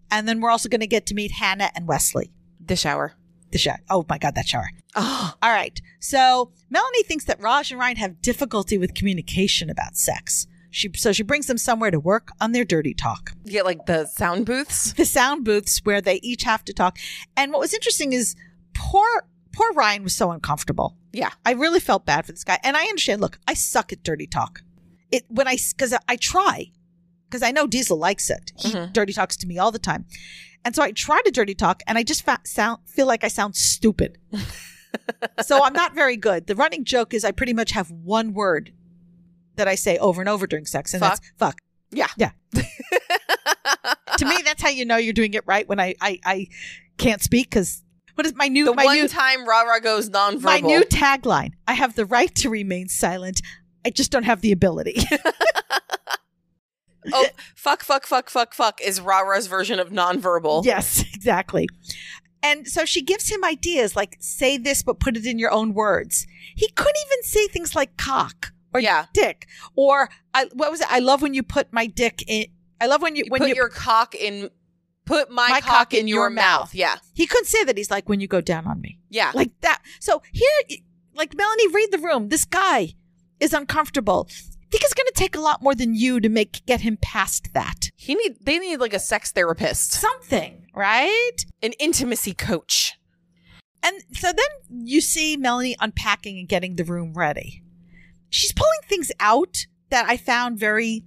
S6: and then we're also going to get to meet Hannah and Wesley.
S5: the shower
S6: The shower. Oh my God, that shower.
S5: oh
S6: All right. So Melanie thinks that Raj and Ryan have difficulty with communication about sex. She so she brings them somewhere to work on their dirty talk.
S5: get like the sound booths
S6: the sound booths where they each have to talk. And what was interesting is poor poor Ryan was so uncomfortable.
S5: yeah
S6: I really felt bad for this guy, and I understand. Look, I suck at dirty talk. It when I because I try because I know Diesel likes it. He dirty talks to me all the time, and so I try to dirty talk, and I just fa- sound feel like I sound stupid. so I'm not very good. The running joke is I pretty much have one word that I say over and over during sex, and that's fuck.
S5: Yeah.
S6: yeah. to me, that's how you know you're doing it right when I I, I can't speak because what is my new
S5: the
S6: my
S5: one
S6: new
S5: time rah rah goes nonverbal
S6: my new tagline I have the right to remain silent. I just don't have the ability.
S5: oh, fuck, fuck, fuck, fuck, fuck is Rara's version of nonverbal.
S6: yes, exactly. And so she gives him ideas like say this, but put it in your own words. He couldn't even say things like cock or
S5: Yeah.
S6: dick or I, what was it? I love when you put my dick in. I love when you,
S5: You
S6: when
S5: put
S6: you,
S5: your cock in, put my,
S6: My
S5: cock, in your, mouth. Yeah.
S6: he couldn't say that. He's like when you go down on me
S5: Yeah.
S6: like that. So here, like Melanie, read the room. This guy is uncomfortable. I think it's going to take a lot more than you to make get him past that.
S5: He need, they need like a sex therapist,
S6: Something, right?
S5: an intimacy coach.
S6: And so then you see Melanie unpacking and getting the room ready. She's pulling things out that I found very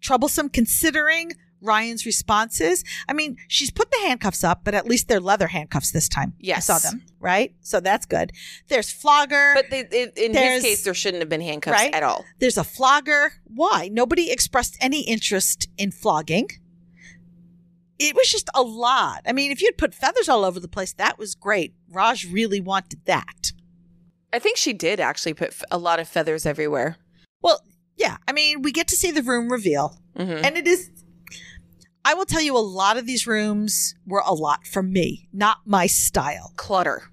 S6: troublesome considering Ryan's responses. I mean, she's put the handcuffs up, but at least they're leather handcuffs this time.
S5: Yes.
S6: I saw them, right? So that's good. There's flogger.
S5: But they, it, in
S6: There's-
S5: his case, there shouldn't have been handcuffs
S6: Right?
S5: at all.
S6: There's a flogger. Why? Nobody expressed any interest in flogging. It was just a lot. I mean, if you'd put feathers all over the place, that was great. Raj really wanted that.
S5: I think she did actually put f- a lot of feathers everywhere.
S6: Well, yeah. I mean, we get to see the room reveal,
S5: Mhm.
S6: and it is. I will tell you, a lot of these rooms were a lot for me, not my style.
S5: Clutter.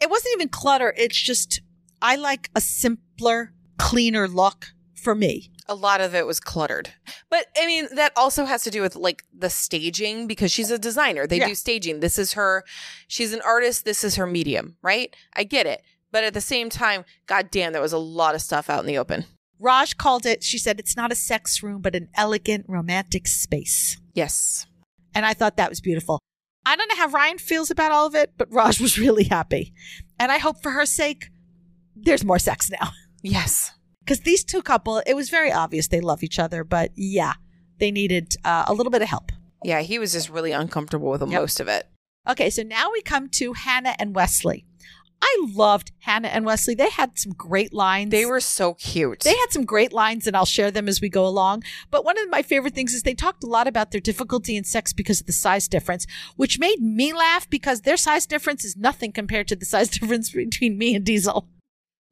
S6: It wasn't even clutter. It's just I like a simpler, cleaner look for me.
S5: A lot of it was cluttered. But I mean, that also has to do with like the staging because she's a designer. They
S6: Yeah.
S5: do staging. This is her, she's an artist. This is her medium, right? I get it. But at the same time, goddamn, there was a lot of stuff out in the open.
S6: Raj called it, she said, it's not a sex room, but an elegant, romantic space.
S5: Yes.
S6: And I thought that was beautiful. I don't know how Ryan feels about all of it, but Raj was really happy. And I hope for her sake, there's more sex now.
S5: Yes.
S6: Because these two couple, it was very obvious they love each other, but yeah, they needed uh, a little bit of help.
S5: Yeah, he was just really uncomfortable with
S6: Yep.
S5: most of it.
S6: Okay, so now we come to Hannah and Wesley. I loved Hannah and Wesley. They had some great lines.
S5: They were so cute.
S6: They had some great lines, and I'll share them as we go along. But one of my favorite things is they talked a lot about their difficulty in sex because of the size difference, which made me laugh because their size difference is nothing compared to the size difference between me and Diesel.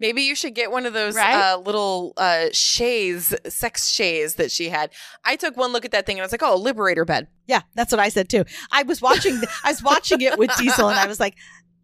S5: Maybe you should get one of those
S6: Right?
S5: uh, little uh, chaise, sex chaise that she had. I took one look at that thing and I was like, oh, liberator bed.
S6: Yeah, that's what I said too. I was watching, I was watching it with Diesel, and I was like,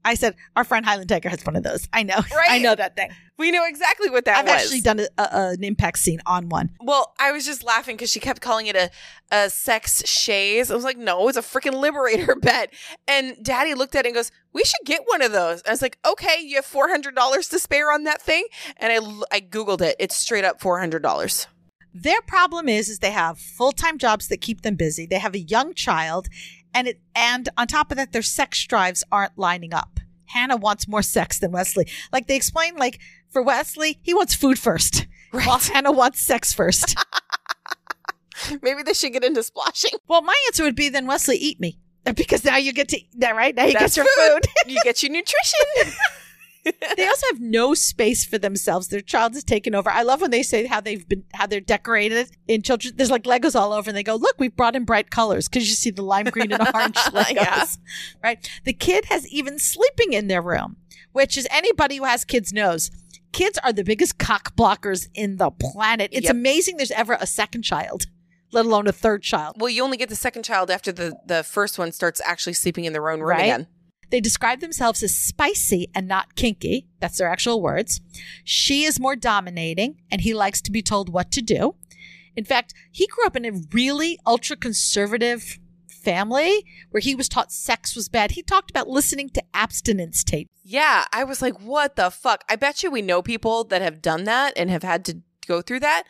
S6: I said, our friend Highland Tiger has one of those. I know,
S5: Right.
S6: I know that thing.
S5: We know exactly what that
S6: I've
S5: was.
S6: actually done a, a, an impact scene on one.
S5: well, I was just laughing because she kept calling it a, a sex chaise. I was like, no, it's a freaking liberator bed. And daddy looked at it and goes, we should get one of those. I was like, okay, you have $400 to spare on that thing. And I, l- I Googled it. It's straight up $400.
S6: Their problem is is they have full-time jobs that keep them busy. They have a young child and it and on top of that their sex drives aren't lining up. Hannah wants more sex than Wesley. Like they explain like for Wesley, he wants food first. While Hannah wants sex first.
S5: Maybe they should get into splashing.
S6: well, my answer would be then Wesley eat me. Because now you get to eat that right? Now you
S5: That's
S6: get your food.
S5: you get your nutrition.
S6: they also have no space for themselves. Their child is taken over. I love when they say how they've been, how they're decorated in children. There's like Legos all over, and they go, "Look, we've brought in bright colors because you see the lime green and orange Legos,
S5: Yeah.
S6: right?" The kid has even sleeping in their room, which is anybody who has kids knows. Kids are the biggest cock blockers in the planet. It's
S5: Yep.
S6: amazing there's ever a second child, let alone a third child.
S5: Well, you only get the second child after the, the first one starts actually sleeping in their own room
S6: Right.
S5: again.
S6: They describe themselves as spicy and not kinky. That's their actual words. She is more dominating and he likes to be told what to do. In fact, he grew up in a really ultra conservative family where he was taught sex was bad. He talked about listening to abstinence tape.
S5: Yeah, I was like, what the fuck? I bet you we know people that have done that and have had to go through that.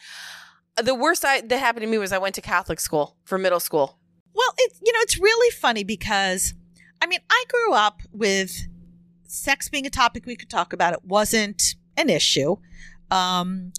S5: Uh, The worst I, that happened to me was I went to Catholic school for middle school.
S6: Well, it's you know, it's really funny because I mean, I grew up with sex being a topic we could talk about. It wasn't an issue. Um,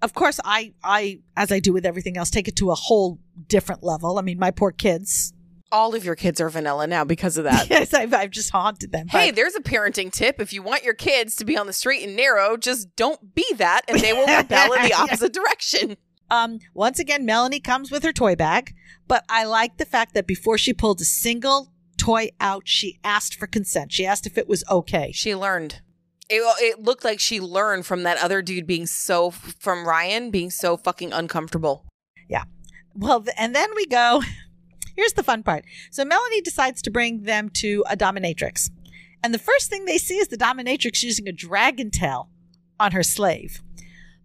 S6: of course, I, I, as I do with everything else, take it to a whole different level. I mean, my poor kids.
S5: All of your kids are vanilla now because of that.
S6: yes, I've, I've just haunted them.
S5: hey,
S6: but-
S5: there's a parenting tip. If you want your kids to be on the straight and narrow, just don't be that and they will rebel in the opposite direction.
S6: um, once again, Melanie comes with her toy bag, but I like the fact that before she pulled a single toy out, she asked for consent. She asked if it was okay.
S5: She learned. It, it looked like she learned from that other dude being so, from Ryan being so fucking uncomfortable.
S6: Well, th- and then we go. Here's the fun part. So Melanie decides to bring them to a dominatrix. And the first thing they see is the dominatrix using a dragon tail on her slave.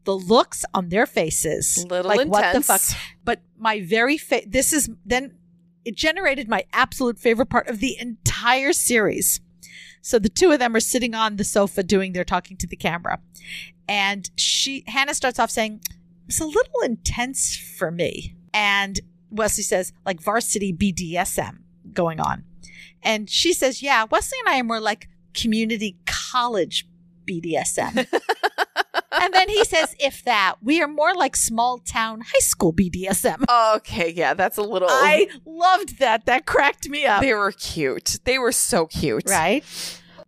S6: The looks on their faces,
S5: Little
S6: like what the
S5: intense.
S6: fuck. But my very fa- this is then it generated my absolute favorite part of the entire series. So the two of them are sitting on the sofa doing their talking to the camera, and she Hannah starts off saying, "It's a little intense for me," and Wesley says, "Like varsity BDSM going on," and she says, "Yeah, Wesley and I are more like community college BDSM." and then he says, if that, we are more like small town high school BDSM.
S5: Okay, yeah, that's a little.
S6: I loved that. That cracked me up.
S5: they were cute. They were so cute.
S6: Right.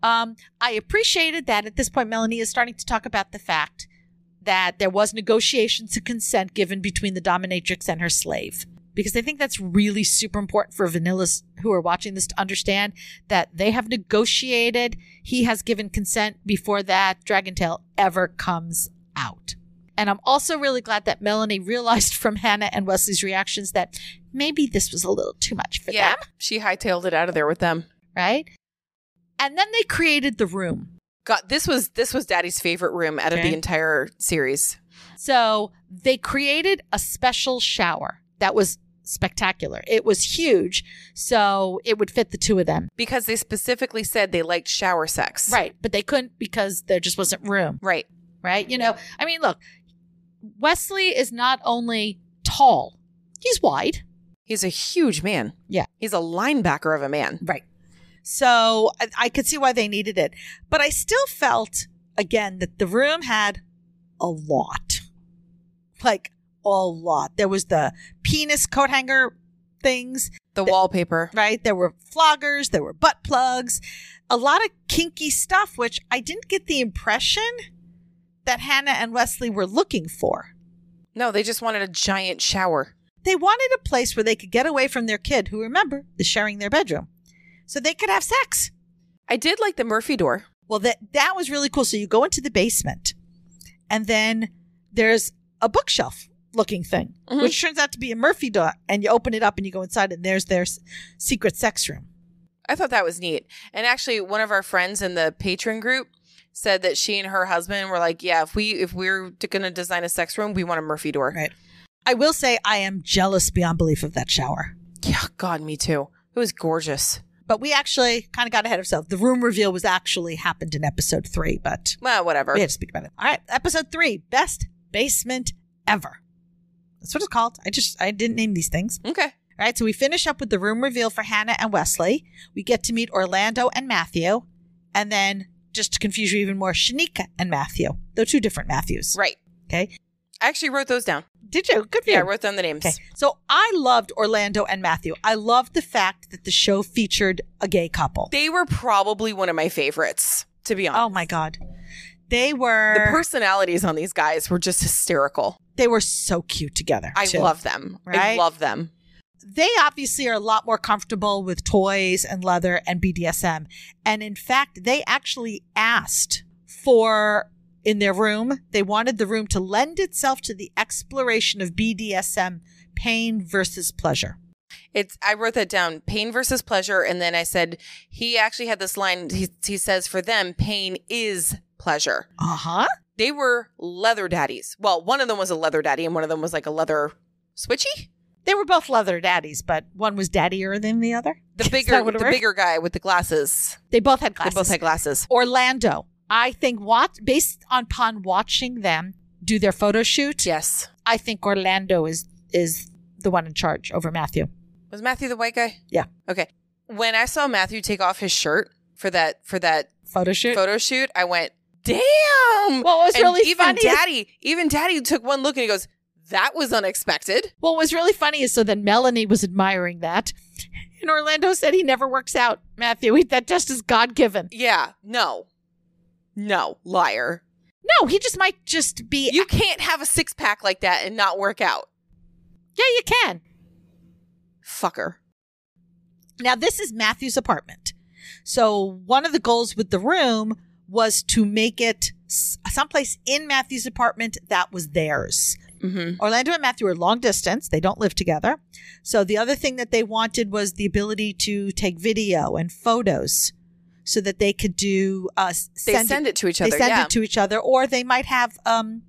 S6: Um, I appreciated that at this point, Melanie is starting to talk about the fact that there was negotiations and consent given between the dominatrix and her slave. Because I think that's really super important for vanillas who are watching this to understand that they have negotiated. He has given consent before that Dragon Tail ever comes out. And I'm also really glad that Melanie realized from Hannah and Wesley's reactions that maybe this was a little too much for them
S5: Yeah, she hightailed it out of there with them.
S6: right? And then they created the room.
S5: God, this was this was Daddy's favorite room out of
S6: Okay.
S5: the entire series.
S6: So they created a special shower that was spectacular. It was huge, so it would fit the two of them.
S5: because they specifically said they liked shower sex.
S6: Right, but they couldn't because there just wasn't room,
S5: Right.
S6: right? You know, I mean, look, Wesley is not only tall, he's wide.
S5: He's a huge man.
S6: Yeah.
S5: He's a linebacker of a man.
S6: Right. So I, I could see why they needed it. But I still felt, again, that the room had a lot. Like a lot. There was the penis coat hanger things,
S5: The wallpaper.
S6: right? There were floggers, there were butt plugs, a lot of kinky stuff, which I didn't get the impression that Hannah and Wesley were looking for.
S5: No, they just wanted a giant shower.
S6: They wanted a place where they could get away from their kid, who remember is sharing their bedroom, so they could have sex.
S5: I did like the Murphy door.
S6: Well, that that was really cool. So you go into the basement, and then there's a bookshelf looking thing,
S5: Mhm.
S6: which turns out to be a Murphy door. And you open it up, and you go inside, and there's their s- secret sex room.
S5: I thought that was neat. And actually one of our friends in the patron group said that she and her husband were like, Yeah, if we if we're gonna design a sex room, we want a Murphy door.
S6: Right. I will say I am jealous beyond belief of that shower.
S5: Yeah, God, me too. It was gorgeous.
S6: But we actually kind of got ahead of ourselves. The room reveal was actually happened in episode three, but
S5: Well, whatever.
S6: we had to speak about it. All right, episode three, best basement ever. That's what it's called. I just I didn't name these things.
S5: Okay.
S6: All right, so we finish up with the room reveal for Hannah and Wesley. We get to meet Orlando and Matthew, and then just to confuse you even more, Shanika and Matthew. They're two different Matthews.
S5: Right.
S6: Okay.
S5: I actually wrote those down.
S6: Did you? Good for
S5: Yeah, I
S6: you.
S5: wrote down the names.
S6: Okay. So I loved Orlando and Matthew. I loved the fact that the show featured a gay couple.
S5: They were probably one of my favorites, to be honest.
S6: oh my god. They were
S5: the personalities on these guys were just hysterical.
S6: they were so cute together.
S5: I
S6: too.
S5: love them. I
S6: Right?
S5: love them.
S6: they obviously are a lot more comfortable with toys and leather and BDSM. And in fact, they actually asked for in their room, they wanted the room to lend itself to the exploration of BDSM pain versus pleasure.
S5: It's I wrote that down. Pain versus pleasure, and then I said he actually had this line. He he says for them, pain is pleasure.
S6: Uh huh.
S5: They were leather daddies. Well, one of them was a leather daddy, and one of them was like a leather switchy.
S6: They were both leather daddies, but one was daddier than the other.
S5: The
S6: Is
S5: bigger
S6: that what it
S5: the
S6: works?
S5: bigger guy with the glasses.
S6: They both had glasses.
S5: They both had glasses.
S6: Orlando. I think what based upon watching them do their photo shoot,
S5: Yes.
S6: I think Orlando is is the one in charge over Matthew.
S5: Was Matthew the white guy?
S6: Yeah.
S5: Okay. When I saw Matthew take off his shirt for that for that
S6: Photo shoot.
S5: photo shoot, I went, "Damn!"
S6: What was
S5: and
S6: really
S5: even
S6: funny is-
S5: Daddy, even Daddy took one look and he goes, "That was unexpected."
S6: What was really funny is so then Melanie was admiring that. And Orlando said he never works out, Matthew. He, that just is God given.
S5: Yeah, no, no, liar.
S6: No, he just might just be.
S5: You can't have a six pack like that and not work out,
S6: yeah, you can.
S5: fucker.
S6: Now, this is Matthew's apartment. So, one of the goals with the room was to make it s- someplace in Matthew's apartment that was theirs.
S5: Mm-hmm.
S6: Orlando and Matthew are long distance. They don't live together. So the other thing that they wanted was the ability to take video and photos so that they could do uh s-
S5: They send, it, to each other.
S6: they send
S5: yeah.
S6: it to each other or they might have um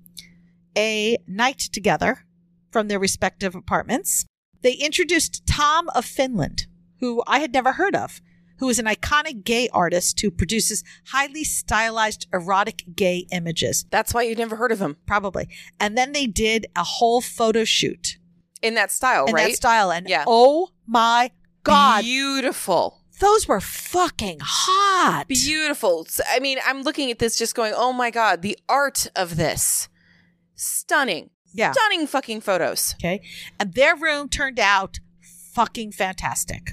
S6: a night together from their respective apartments. They introduced Tom of Finland, who I had never heard of, who is an iconic gay artist who produces highly stylized erotic gay images,
S5: That's why you never heard of him
S6: probably. And then they did a whole photo shoot
S5: in that style,
S6: in
S5: Oh, right?
S6: that style. And
S5: Yeah.
S6: oh my God,
S5: beautiful,
S6: those were fucking hot.
S5: beautiful. S- I mean, I'm looking at this, just going, "Oh my god, the art of this." Stunning.
S6: Yeah.
S5: Stunning fucking photos.
S6: And their room turned out fucking fantastic.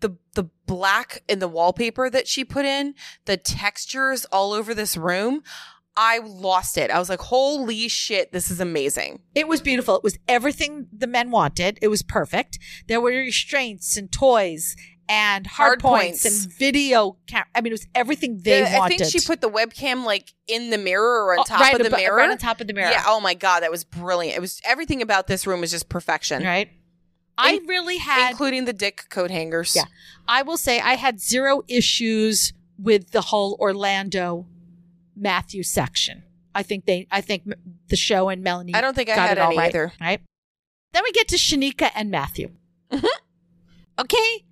S5: The the black in the wallpaper that she put in, the textures all over this room. I lost it. I was like, holy shit, this is amazing.
S6: It was beautiful. It was everything the men wanted. It was perfect. There were restraints and toys and hard,
S5: Hard
S6: points.
S5: points.
S6: and video. Ca- I mean, it was everything they
S5: I
S6: wanted.
S5: think she put the webcam like in the mirror or on
S6: Oh,
S5: top
S6: right
S5: of the
S6: abo-
S5: mirror.
S6: Right on top of the mirror.
S5: Yeah. Oh my god, that was brilliant. It was everything about this room was just perfection,
S6: Right. I
S5: In-
S6: really had.
S5: including the dick coat hangers.
S6: Yeah. I will say I had zero issues with the whole Orlando Matthew section. I think they, I think m- the show and Melanie
S5: I don't think I
S6: got
S5: had
S6: it all
S5: any
S6: right,
S5: either.
S6: Right. Then we get to Shanika and Matthew. Okay.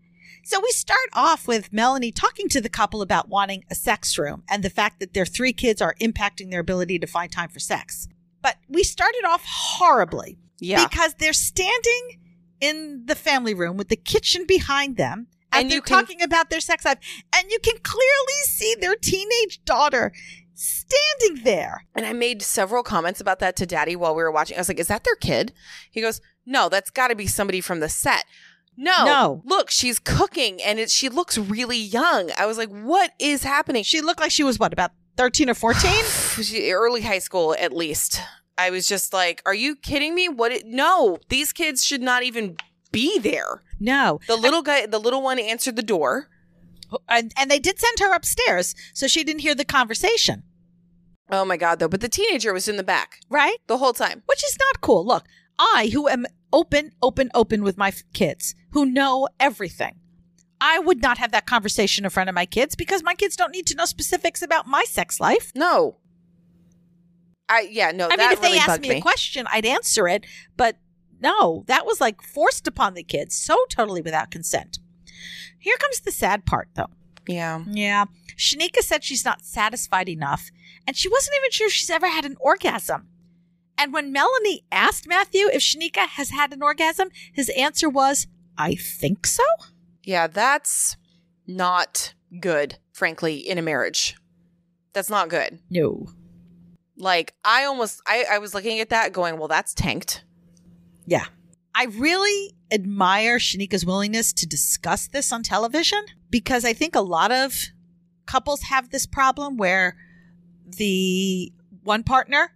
S6: So we start off with Melanie talking to the couple about wanting a sex room and the fact that their three kids are impacting their ability to find time for sex. But we started off horribly
S5: Yeah.
S6: because they're standing in the family room with the kitchen behind them and,
S5: And
S6: they're
S5: you can-
S6: talking about their sex life and you can clearly see their teenage daughter standing there
S5: and I made several comments about that to Daddy while we were watching. I was like, "Is that their kid?" He goes, "No, that's got to be somebody from the set." No,
S6: No.
S5: Look, she's cooking, and it, she looks really young. I was like, "What is happening?"
S6: she looked like she was what about 13 or 14
S5: She- early high school at least. I was just like, "Are you kidding me? What? It, no, these kids should not even be there."
S6: no
S5: The little guy, the little one, answered the door.
S6: and, and they did send her upstairs so she didn't hear the conversation
S5: Oh my god, though! But the teenager was in the back
S6: right
S5: the whole time.
S6: which is not cool look i who am open open open with my f- kids who know everything i would not have that conversation in front of my kids because my kids don't need to know specifics about my sex life
S5: No. I yeah no.
S6: I
S5: that
S6: mean, if
S5: really
S6: they asked
S5: bugged
S6: me, a question, I'd answer it. But no, that was like forced upon the kids, so totally without consent. Here comes the sad part, though.
S5: yeah.
S6: Yeah. Shanika said she's not satisfied enough, and she wasn't even sure if she's ever had an orgasm. And when Melanie asked Matthew if Shanika has had an orgasm, his answer was, I think so.
S5: Yeah, that's not good, frankly, in a marriage. That's not good.
S6: No.
S5: Like, I almost, I, I was looking at that going, well, that's tanked.
S6: I really admire Shanika's willingness to discuss this on television because I think a lot of couples have this problem where the one partner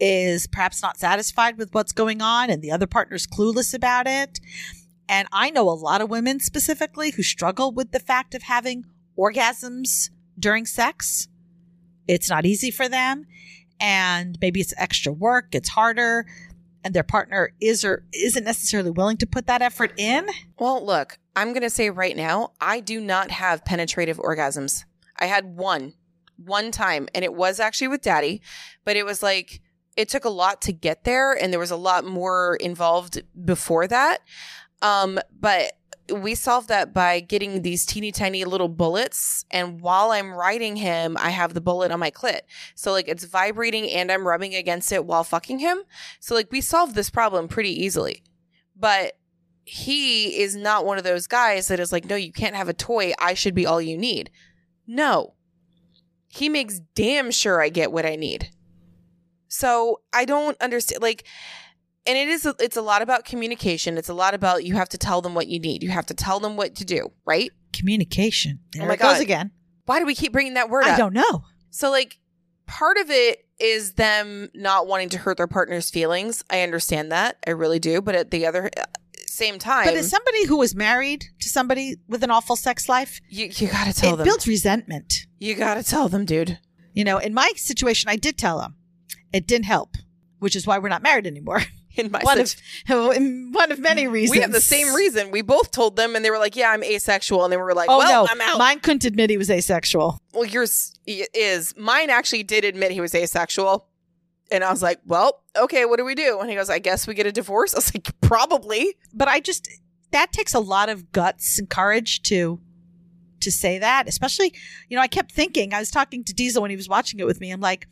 S6: is perhaps not satisfied with what's going on and the other partner's clueless about it. And I know a lot of women specifically who struggle with the fact of having orgasms during sex. It's not easy for them. And maybe it's extra work, it's harder and their partner is or isn't necessarily willing to put that effort in.
S5: Well, look, I'm going to say right now, I do not have penetrative orgasms. I had one, one time, and it was actually with daddy, but it was like, it took a lot to get there, and there was a lot more involved before that. Um, but we solved that by getting these teeny tiny little bullets. And while I'm riding him, I have the bullet on my clit. So, like, it's vibrating and I'm rubbing against it while fucking him. So, like, we solved this problem pretty easily. But he is not one of those guys that is like, no, you can't have a toy. I should be all you need. No. He makes damn sure I get what I need. So I don't understand. Like, and it is, it's a lot about communication. It's a lot about you have to tell them what you need. You have to tell them what to do, right?
S6: Communication. There
S5: Oh my
S6: it goes
S5: God.
S6: again.
S5: Why do we keep bringing that word
S6: I
S5: up?
S6: don't know.
S5: So, like, part of it is them not wanting to hurt their partner's feelings. I understand that. I really do. But at the other uh, same time,
S6: But as somebody who was married to somebody with an awful sex life,
S5: you, you got to tell
S6: it
S5: them.
S6: builds resentment.
S5: You gotta tell them, dude.
S6: You know, in my situation, I did tell him. It didn't help, which is why we're not married anymore.
S5: In my
S6: One of,
S5: situ-
S6: in one of many reasons.
S5: we have the same reason. We both told them, and they were like, "Yeah, I'm asexual," and they were like,
S6: Oh
S5: "Well,
S6: no,
S5: I'm out."
S6: mine couldn't admit he was asexual.
S5: well, yours i- is. Mine actually did admit he was asexual, and I was like, "Well, okay, what do we do?" And he goes, "I guess we get a divorce." I was like, "Probably."
S6: but I just that takes a lot of guts and courage to to say that, especially you know I kept thinking I was talking to Diesel when he was watching it with me. I'm like,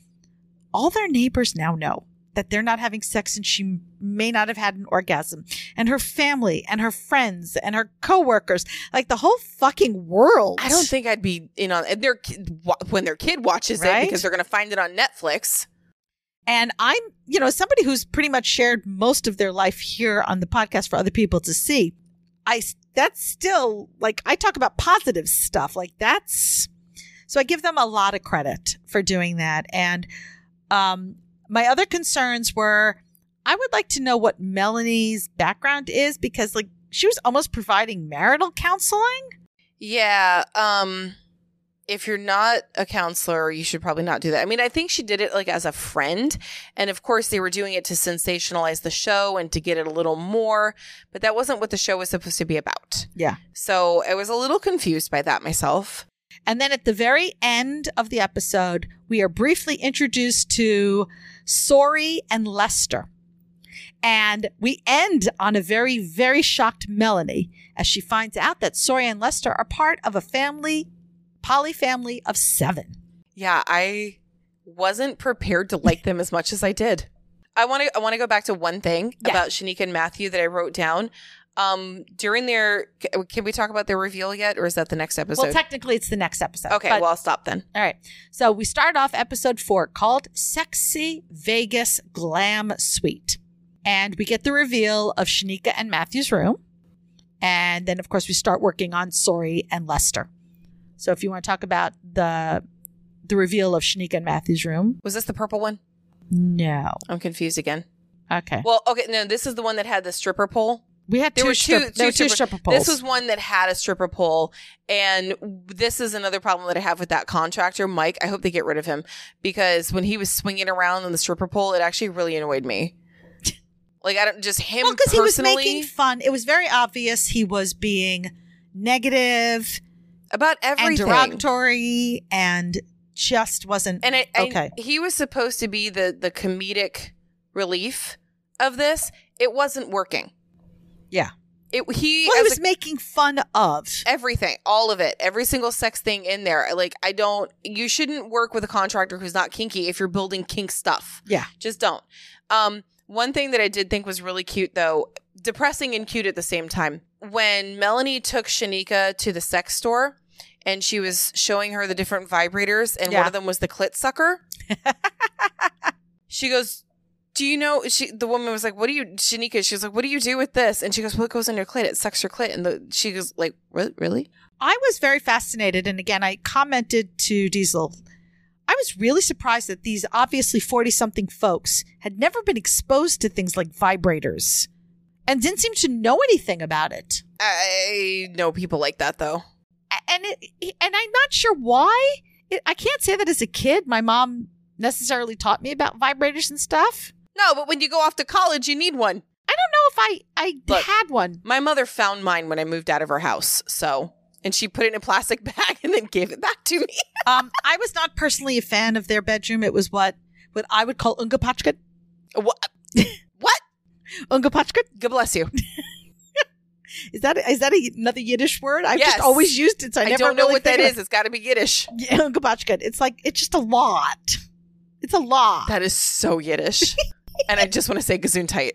S6: all their neighbors now know that they're not having sex and she may not have had an orgasm and her family and her friends and her coworkers like the whole fucking world
S5: I don't think I'd be in on and their ki- wa- when their kid watches
S6: Right?
S5: it because they're gonna find it on Netflix.
S6: And I'm, you know, as somebody who's pretty much shared most of their life here on the podcast for other people to see. I s- that's still like I talk about positive stuff. Like that's so I give them a lot of credit for doing that. And um, my other concerns were I would like to know what Melanie's background is because like she was almost providing marital counseling.
S5: Yeah. Um if you're not a counselor, you should probably not do that. I mean, I think she did it like as a friend. And of course, they were doing it to sensationalize the show and to get it a little more, but that wasn't what the show was supposed to be about.
S6: Yeah.
S5: So I was a little confused by that myself.
S6: And then at the very end of the episode, we are briefly introduced to Sori and Lester. And we end on a very, very shocked Melanie as she finds out that Sori and Lester are part of a family, poly family of seven.
S5: Yeah, I wasn't prepared to like them as much as I did. I want to I want to go back to one thing
S6: Yeah.
S5: about Shanika and Matthew that I wrote down. Um during their c- can we talk about their reveal yet or is that the next episode?
S6: well, technically, it's the next episode.
S5: okay,
S6: but-
S5: well I'll stop then.
S6: all right. So we start off episode four called Sexy Vegas Glam Suite. And we get the reveal of Shanika and Matthew's room. And then, of course, we start working on Sori and Lester. So if you want to talk about the the reveal of Shanika and Matthew's room,
S5: Was this the purple one?
S6: no.
S5: I'm confused again.
S6: Okay.
S5: Well, okay, no, this is the one that had the stripper pole.
S6: We had
S5: There
S6: two,
S5: were two-
S6: strip- there
S5: two
S6: were two
S5: stripper-
S6: stripper poles.
S5: This was one that had a stripper pole, and this is another problem that I have with that contractor, Mike. I hope they get rid of him because when he was swinging around on the stripper pole, it actually really annoyed me. Like I don't just him
S6: well, because he was
S5: personally
S6: making fun. It was very obvious he was being negative
S5: about everything.
S6: and derogatory and just wasn't
S5: And I, I-
S6: Okay.
S5: he was supposed to be the the comedic relief of this. It wasn't working.
S6: Yeah.
S5: It he
S6: well, he
S5: as
S6: was
S5: a
S6: making fun of.
S5: everything all of it every single sex thing in there like i don't you shouldn't work with a contractor who's not kinky if you're building kink stuff
S6: Yeah.
S5: just don't um one thing that i did think was really cute though depressing and cute at the same time when melanie took shanika to the sex store and she was showing her the different vibrators and one
S6: Yeah.
S5: of them was the clit sucker she goes do you know she the woman was like what do you shanika she was like what do you do with this and she goes well it goes in your clit it sucks your clit and the, she goes like "Re- really
S6: I was very fascinated. And again, I commented to Diesel. I was really surprised that these obviously 40 something folks had never been exposed to things like vibrators and didn't seem to know anything about it.
S5: I know people like that though.
S6: A- And it, and I'm not sure why. It, I can't say that as a kid, my mom necessarily taught me about vibrators and stuff.
S5: No, but when you go off to college, you need one.
S6: I don't know if I, I
S5: Look.
S6: had one.
S5: My mother found mine when I moved out of her house, so and she put it in a plastic bag and then gave it back to me.
S6: Um, I was not personally a fan of their bedroom. It was what, what I would call ungepatchkut.
S5: What?
S6: Ungepatchkut.
S5: God bless you.
S6: Is that is that a, another Yiddish word? I've
S5: Yes.
S6: just always used it. So I,
S5: I,
S6: never
S5: don't know
S6: really
S5: what that
S6: think
S5: is.
S6: of
S5: It's got to be Yiddish.
S6: it. Yeah, Ungepatchkut. It's like it's just a lot. It's a lot.
S5: That is so Yiddish, and I just want to say gesundheit.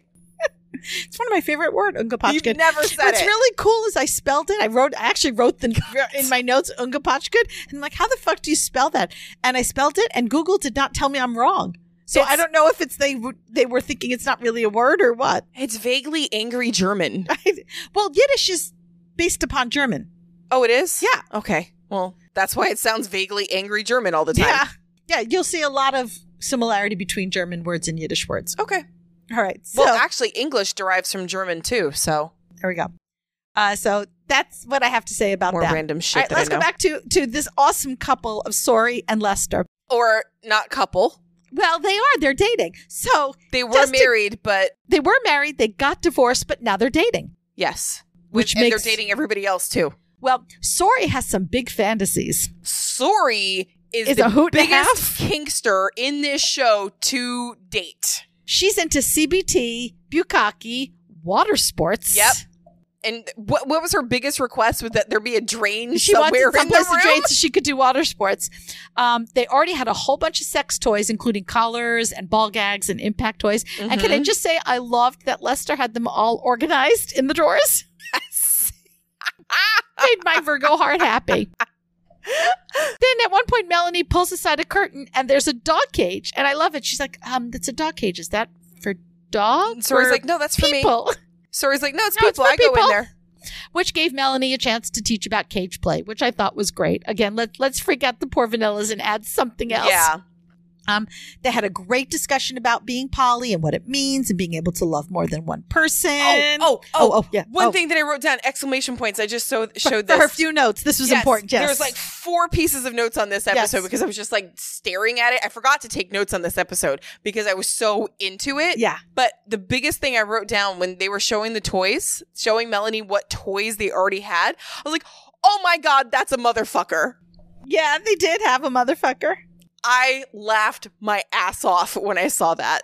S6: It's one of my favorite words.
S5: You've
S6: Ungepatchkut.
S5: never said
S6: What's
S5: it.
S6: really cool is I spelled it. I wrote, I actually wrote the in my notes Ungepatchkut, and I'm like, how the fuck do you spell that? And I spelled it, and Google did not tell me I'm wrong. So I
S5: It's-
S6: don't know if it's they w- they were thinking it's not really a word or what.
S5: it's vaguely angry German.
S6: well, Yiddish is based upon German.
S5: Oh, it is.
S6: Yeah.
S5: Okay. Well, that's why it sounds vaguely angry German all the time.
S6: Yeah. Yeah, you'll see a lot of similarity between German words and Yiddish words.
S5: Okay.
S6: All right. So
S5: Well, actually, English derives from German too. So
S6: there we go. Uh, so that's what I have to say about
S5: more
S6: that.
S5: random shit.
S6: All right,
S5: that
S6: let's
S5: I
S6: go
S5: know.
S6: back to to this awesome couple of Sori and Lester.
S5: or not couple.
S6: Well, they are. They're dating. So
S5: They were
S6: Just to-
S5: married, but
S6: they were married. They got divorced, but now they're dating.
S5: yes,
S6: Which
S5: and
S6: makes-
S5: they're dating everybody else too.
S6: Well, Sori has some big fantasies.
S5: Sorry is
S6: It's
S5: the
S6: a hoot and a
S5: biggest
S6: half.
S5: kinkster in this show to date,
S6: She's into CBT, bukkake, water sports.
S5: Yep. and what what was her biggest request? Was that there be a drain
S6: She wanted
S5: somewhere in the
S6: someplace to
S5: room?
S6: trade so she could do water sports. Um, they already had a whole bunch of sex toys, including collars and ball gags and impact toys. And can I
S5: Mhm.
S6: just say, I loved that Lester had them all organized in the drawers. Made my Virgo heart happy. then at one point, Melanie pulls aside a curtain and there's a dog cage. And I love it. She's like, um, that's a dog cage. Is that for
S5: And
S6: dogs?
S5: Sori's
S6: or
S5: like, no, that's for me.
S6: people?
S5: Sori's like, no, it's
S6: No, it's
S5: people.
S6: for
S5: I go
S6: people.
S5: in there.
S6: Which gave Melanie a chance to teach about cage play, which I thought was great. Again, let, let's freak out the poor vanillas and add something else.
S5: Yeah.
S6: They had a great discussion about being poly and what it means and being able to love more than one person.
S5: Oh, oh,
S6: oh,
S5: oh.
S6: oh, yeah.
S5: One
S6: oh.
S5: thing that I wrote down exclamation points. I just so,
S6: For-
S5: showed
S6: for
S5: this.
S6: her few notes. This was
S5: Yes,
S6: important. Yes.
S5: There was like four pieces of notes on this episode
S6: Yes.
S5: because I was just like staring at it. I forgot to take notes on this episode because I was so into it.
S6: yeah.
S5: But the biggest thing I wrote down when they were showing the toys, showing Melanie what toys they already had, I was like, oh my God, that's a motherfucker.
S6: Yeah, they did have a motherfucker.
S5: I laughed my ass off when I saw that.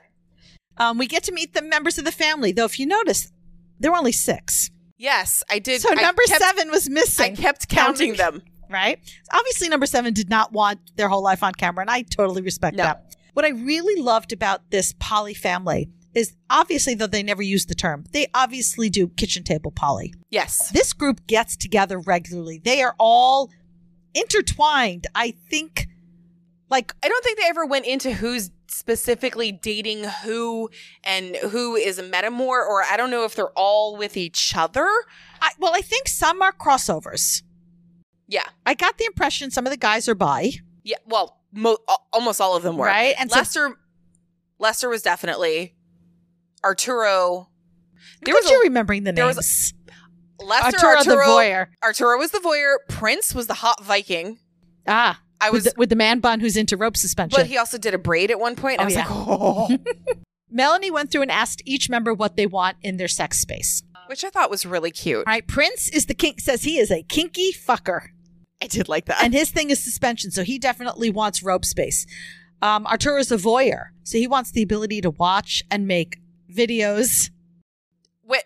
S6: Um, we get to meet the members of the family, though. If you notice, there were only six.
S5: Yes, I did.
S6: so
S5: I
S6: number
S5: kept-
S6: seven was
S5: I
S6: missing,
S5: kept counting them.
S6: right? Obviously, number seven did not want their whole life on camera, and I totally respect
S5: No.
S6: that. What I really loved about this poly family is obviously, though they never use the term, they obviously do kitchen table poly.
S5: Yes.
S6: This group gets together regularly. They are all intertwined. I think, like,
S5: I don't think they ever went into who's specifically dating who and who is a metamor, or I don't know if they're all with each other.
S6: I, well, I think some are crossovers.
S5: Yeah.
S6: I got the impression some of the guys are bi.
S5: Yeah. Well, mo- al- almost all of them were.
S6: Right? And
S5: And
S6: so-
S5: Lester, Lester was definitely Arturo. There
S6: There was
S5: was
S6: you remembering the
S5: there was
S6: names.
S5: a- Lester
S6: Arturo,
S5: Arturo,
S6: the voyeur.
S5: Arturo was the voyeur. Prince was the hot Viking.
S6: Ah,
S5: I
S6: with,
S5: was,
S6: the, with the man bun who's into rope suspension.
S5: but he also did a braid at one point. and
S6: Oh,
S5: I was
S6: yeah.
S5: like, oh.
S6: Melanie went through and asked each member what they want in their sex space.
S5: "Oh." which I thought was really cute.
S6: All right, Prince is the kink says he is a kinky fucker,
S5: I did like that.
S6: and his thing is suspension, so he definitely wants rope space. Um, Arturo's a voyeur, so he wants the ability to watch and make videos.
S5: Wait,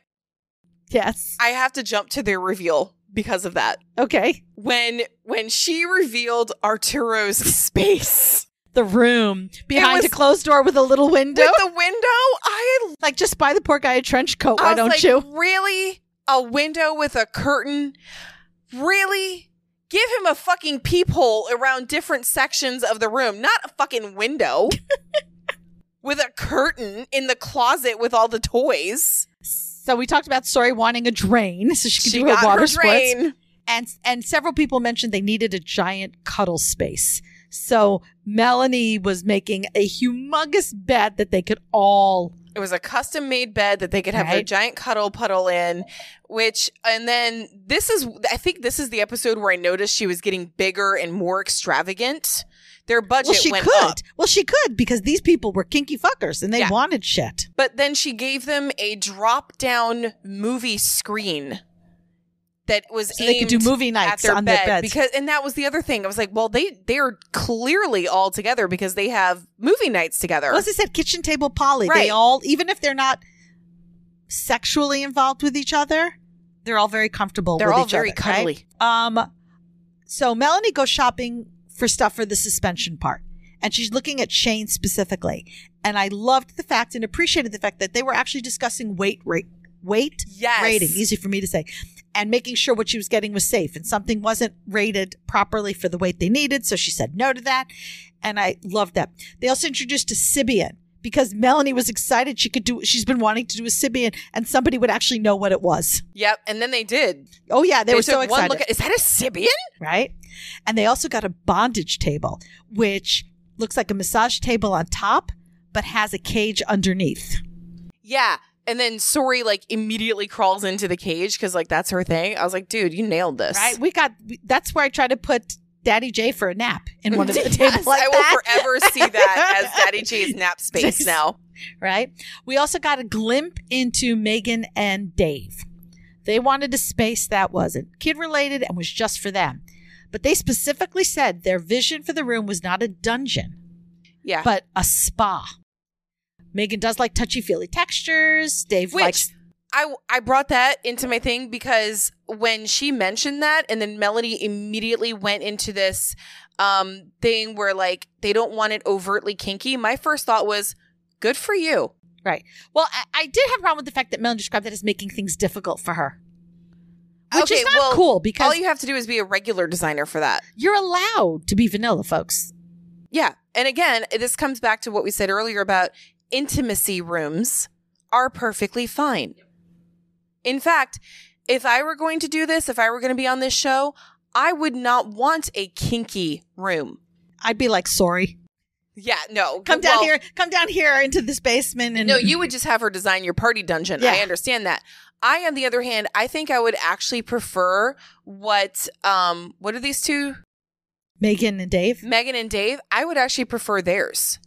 S6: Yes.
S5: I have to jump to their reveal because of that.
S6: Okay.
S5: When when she revealed Arturo's space
S6: The room behind
S5: was-
S6: a closed door with a little window,
S5: with the window, I
S6: like just buy the poor guy a trench coat.
S5: I
S6: Why
S5: was
S6: don't
S5: like,
S6: you?
S5: Really? A window with a curtain? Really? Give him a fucking peephole around different sections of the room, not a fucking window. with a curtain in the closet with all the toys.
S6: So we talked about Sori wanting a drain so she could do her water sports. And and several people mentioned they needed a giant cuddle space. So Melanie was making a humongous bet that they could all
S5: It was a custom made bed that they could have their
S6: Right.
S5: giant cuddle puddle in, which, and then this is, I think this is the episode where I noticed she was getting bigger and more extravagant. Their budget
S6: Well she
S5: went
S6: could.
S5: up,
S6: Well she could because these people were kinky fuckers and they
S5: Yeah.
S6: wanted shit.
S5: but then she gave them a drop down movie screen that was
S6: So they
S5: aimed
S6: could do movie
S5: at
S6: nights
S5: their
S6: on
S5: bed
S6: their beds.
S5: because, and that was the other thing. I was like, well, they they're clearly all together because they have movie nights together.
S6: well, as I said, kitchen table poly. They
S5: Right.
S6: all even if they're not sexually involved with each other, they're all very comfortable
S5: They're
S6: with
S5: all
S6: each
S5: very
S6: other, right?
S5: cuddly.
S6: Um, so Melanie goes shopping for stuff for the suspension part, and she's looking at Shane specifically. And I loved the fact and appreciated the fact that they were actually discussing weight rate, weight
S5: Yes.
S6: rating, easy for me to say, and making sure what she was getting was safe, and something wasn't rated properly for the weight they needed. So she said no to that, and I loved that. They also introduced a Sibian. Because Melanie was excited, she could do. She's been wanting to do a Sibian, and somebody would actually know what it was.
S5: Yep. And then they did.
S6: Oh yeah, they, were so
S5: took
S6: excited.
S5: One look at, is that a Sibian?
S6: right? And they also got a bondage table, which looks like a massage table on top, but has a cage underneath.
S5: Yeah. And then Sori like immediately crawls into the cage because like that's her thing. I was like, dude, you nailed this.
S6: Right? We got we- that's where I try to put Daddy J for a nap in one of the
S5: Yes,
S6: tables like
S5: I will
S6: that.
S5: forever see that as Daddy J's nap space now.
S6: right? We also got a glimpse into Megan and Dave. They wanted a space that wasn't kid related and was just for them. But they specifically said their vision for the room was not a dungeon.
S5: Yeah.
S6: but a spa. Megan does like touchy feely textures. Dave
S5: Which
S6: likes
S5: I I brought that into my thing because when she mentioned that, and then Melody immediately went into this um thing where like they don't want it overtly kinky. My first thought was, good for you.
S6: right. Well, I, I did have a problem with the fact that Melanie described it as making things difficult for her, Which
S5: Okay,
S6: is not
S5: well,
S6: cool because
S5: All you have to do is be a regular designer for that.
S6: you're allowed to be vanilla, folks.
S5: Yeah. And again, this comes back to what we said earlier about intimacy rooms are perfectly fine. In fact, if I were going to do this, if I were going to be on this show, I would not want a kinky room.
S6: I'd be like, sorry.
S5: Yeah, no.
S6: Come down
S5: well,
S6: here. Come down here into this basement. And
S5: No, you would just have her design your party dungeon. I
S6: Yeah.
S5: understand that. I, on the other hand, I think I would actually prefer what um what are these two?
S6: Megan and Dave.
S5: Megan and Dave, I would actually prefer theirs.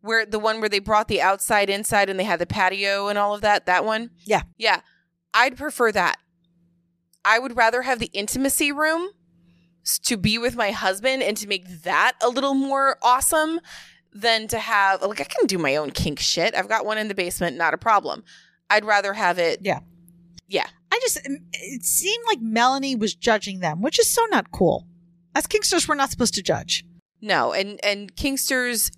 S5: Where the one where they brought the outside inside and they had the patio and all of that, that one.
S6: Yeah.
S5: Yeah. I'd prefer that. I would rather have the intimacy room s- to be with my husband and to make that a little more awesome than to have like I can do my own kink shit. I've got one in the basement, not a problem. I'd rather have it.
S6: I just it seemed like Melanie was judging them, which is so not cool. As Kingsters, we're not supposed to judge.
S5: No, and and Kingsters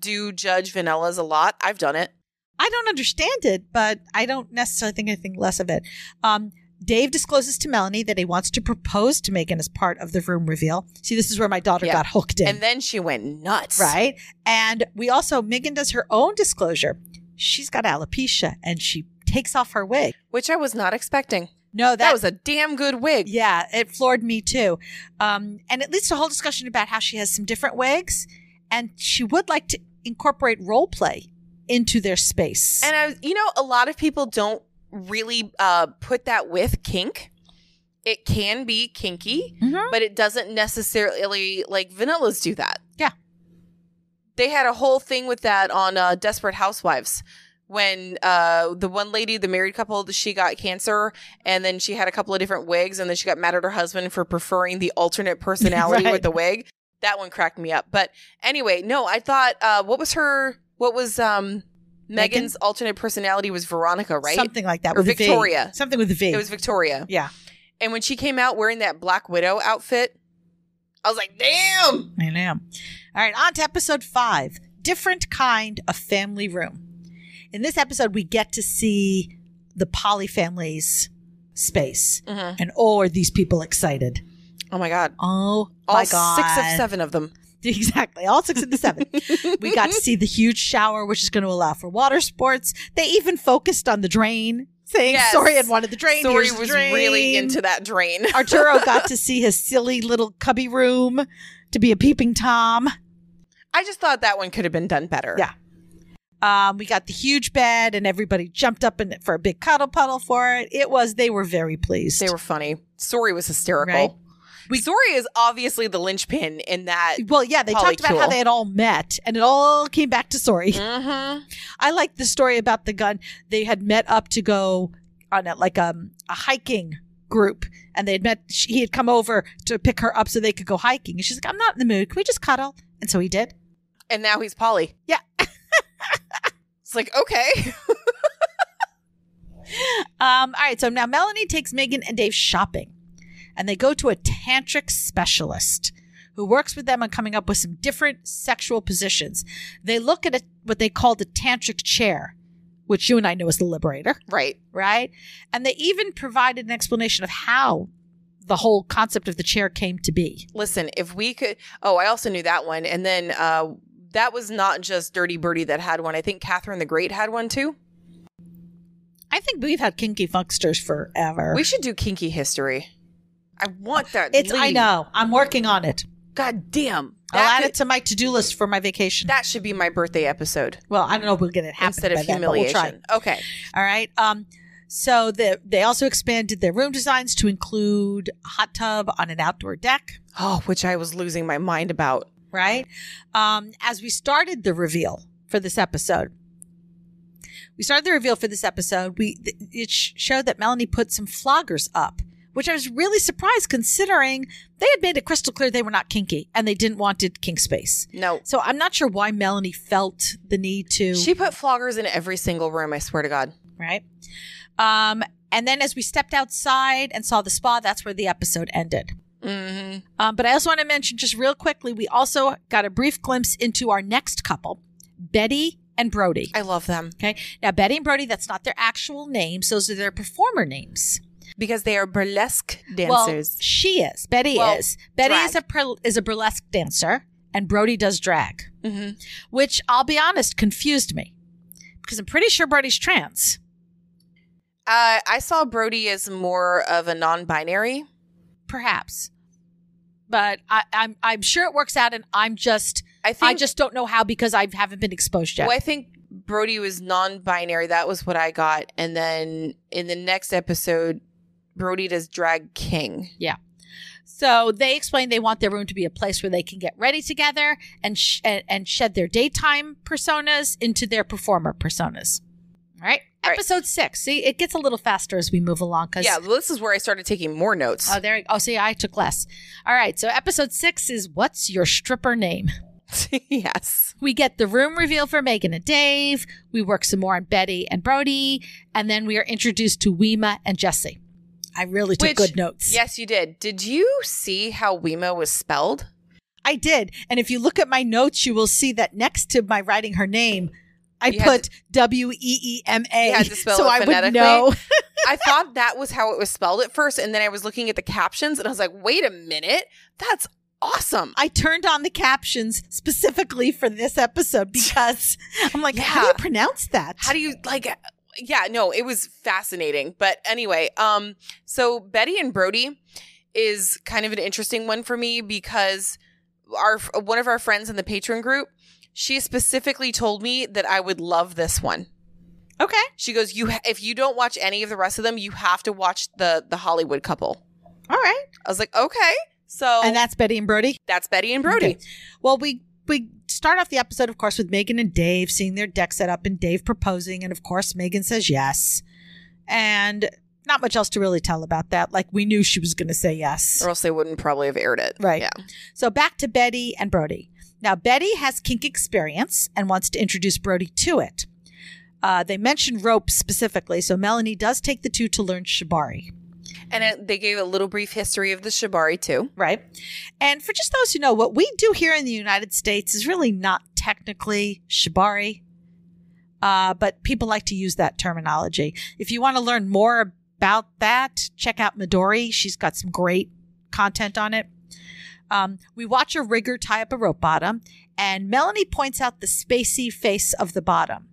S5: do judge vanillas a lot. I've done it.
S6: I don't understand it, but I don't necessarily think anything less of it. Um, Dave discloses to Melanie that he wants to propose to Megan as part of the room reveal. See, this is where my daughter
S5: Yeah.
S6: got hooked in.
S5: And then she went nuts.
S6: right? And we also, Megan does her own disclosure. She's got alopecia and she takes off her wig.
S5: which I was not expecting.
S6: No,
S5: That was a damn good wig.
S6: Yeah, it floored me too. Um, and it leads to a whole discussion about how she has some different wigs and she would like to incorporate role play into their space.
S5: And I, you know, a lot of people don't really uh, put that with kink. It can be kinky,
S6: Mhm.
S5: but it doesn't necessarily like vanillas do that.
S6: Yeah.
S5: they had a whole thing with that on uh, Desperate Housewives when uh, the one lady, the married couple, she got cancer, and then she had a couple of different wigs, and then she got mad at her husband for preferring the alternate personality
S6: Right.
S5: with the wig. That one cracked me up. But anyway, no, I thought uh, what was her? What was um,
S6: Megan?
S5: Megan's alternate personality was Veronica, right?
S6: Something like that.
S5: Or
S6: with a V.
S5: Victoria.
S6: Something with a V.
S5: It was Victoria.
S6: yeah,
S5: And when she came out wearing that Black Widow outfit, I was like, damn.
S6: I know. All right, on to episode five different kind of family room. In this episode, we get to see the Polly family's space.
S5: Mhm.
S6: And oh, are these people excited?
S5: Oh my God.
S6: Oh,
S5: All
S6: my God.
S5: six of seven of them.
S6: Exactly. All six of the seven. we got to see the huge shower, which is going to allow for water sports. They even focused on the drain, saying
S5: Yes.
S6: sorry had wanted the drain.
S5: Sori
S6: Here's the
S5: was
S6: drain."
S5: really into that drain.
S6: Arturo got to see his silly little cubby room to be a peeping tom.
S5: I just thought that one could have been done better.
S6: Yeah. Um, we got the huge bed, and everybody jumped up in it for a big cuddle puddle for it. It was they were very pleased.
S5: They were funny. Sori was hysterical.
S6: Right. We-
S5: Sori is obviously the linchpin in that.
S6: well, yeah, they talked about how
S5: Polycule.
S6: they had all met, and it all came back to sorry.
S5: Mm-hmm.
S6: I like the story about the gun. They had met up to go on a, like um, a hiking group, and they had met. She, he had come over to pick her up so they could go hiking, and she's like, "I'm not in the mood. Can we just cuddle?" And so he did.
S5: And now he's Polly.
S6: Yeah.
S5: it's like, okay.
S6: Um, all right, so now Melanie takes Megan and Dave shopping, and they go to a tantric specialist who works with them on coming up with some different sexual positions. They look at a, what they call the tantric chair, which you and I know is the liberator.
S5: Right.
S6: right? And they even provided an explanation of how the whole concept of the chair came to be.
S5: Listen, if we could. Oh, I also knew that one. And then uh, that was not just Dirty Birdie that had one. I think Catherine the Great had one too.
S6: I think we've had kinky funksters forever.
S5: We should do kinky history. I want that.
S6: it's I
S5: lead.
S6: know. I'm working on it.
S5: God damn.
S6: I'll
S5: That
S6: add
S5: could-
S6: it to my to-do list for my vacation.
S5: That should be my birthday episode
S6: well, I don't know if we'll get it happening
S5: instead of
S6: by then, but we'll
S5: humiliation.
S6: try.
S5: Okay.
S6: All right. Um, so the, they also expanded their room designs to include a hot tub on an outdoor deck.
S5: Oh, which I was losing my mind about.
S6: right? Um, as we started the reveal for this episode, we started the reveal for this episode. We th- it sh- showed that Melanie put some floggers up, which I was really surprised considering they had made it crystal clear they were not kinky and they didn't want it kink space.
S5: No.
S6: So I'm not sure why Melanie felt the need to
S5: She put floggers in every single room, I swear to God.
S6: right? Um, and then as we stepped outside and saw the spa, that's where the episode ended.
S5: Mm-hmm.
S6: Um, but I also want to mention just real quickly, we also got a brief glimpse into our next couple, Betty and Brody.
S5: I love them.
S6: Okay. Now, Betty and Brody, that's not their actual names. Those are their performer names.
S5: because they are burlesque dancers.
S6: She is. Betty
S5: Well,
S6: is. Betty
S5: drag.
S6: is a per- is a burlesque dancer, and Brody does drag,
S5: hmm
S6: which I'll be honest confused me because I'm pretty sure Brody's trans.
S5: Uh, I saw Brody as more of a non-binary.
S6: perhaps. But I, I'm I'm sure it works out, and I'm just
S5: I think
S6: I just don't know how because I haven't been exposed yet.
S5: Well, I think Brody was non-binary. That was what I got. And then in the next episode, Brody does drag king.
S6: So they explain they want their room to be a place where they can get ready together and sh- and, and shed their daytime personas into their performer personas. All right,
S5: All right.
S6: episode six. See, it gets a little faster as we move along because
S5: Yeah, well, this is where I started taking more notes.
S6: Oh, there. you- Oh, see, I took less. All right. So episode six is what's your stripper name?
S5: yes.
S6: We get the room reveal for Megan and Dave. We work some more on Betty and Brody. And then we are introduced to Weema and Jesse. I really took
S5: Which-
S6: good notes.
S5: Yes, you did. Did you see how Wema was spelled?
S6: I did. And if you look at my notes, you will see that next to my writing her name, I
S5: You had
S6: put W E E M
S5: You
S6: A.
S5: had to spell
S6: So
S5: it
S6: I would
S5: phonetically?
S6: know.
S5: I thought that was how it was spelled at first. And then I was looking at the captions and I was like, wait a minute. That's awesome.
S6: I turned on the captions specifically for this episode because I'm like, how do
S5: Yeah.
S6: you pronounce that?
S5: How do you like yeah, no, it was fascinating. But anyway, um so Betty and Brody is kind of an interesting one for me because our uh, one of our friends in the patron group, she specifically told me that I would love this one.
S6: okay.
S5: She goes, "You ha- if you don't watch any of the rest of them, you have to watch the the Hollywood couple."
S6: All right.
S5: I was like, "Okay." So
S6: And that's Betty and Brody.
S5: that's Betty and Brody.
S6: Okay. Well, we we start off the episode, of course, with Megan and Dave seeing their deck set up and Dave proposing, and of course, Megan says yes, and not much else to really tell about that. Like we knew she was going to say yes.
S5: Or else they wouldn't probably have aired it.
S6: Right.
S5: Yeah.
S6: So back to Betty and Brody. Now Betty has kink experience and wants to introduce Brody to it. Uh, they mention rope specifically, so Melanie does take the two to learn shibari.
S5: And it, they gave a little brief history of the Shibari too.
S6: right? And for just those who know, what we do here in the United States is really not technically shibari, uh, but people like to use that terminology. If you want to learn more about that, check out Midori. She's got some great content on it. Um, we watch a rigger tie up a rope bottom, and Melanie points out the spacey face of the bottom.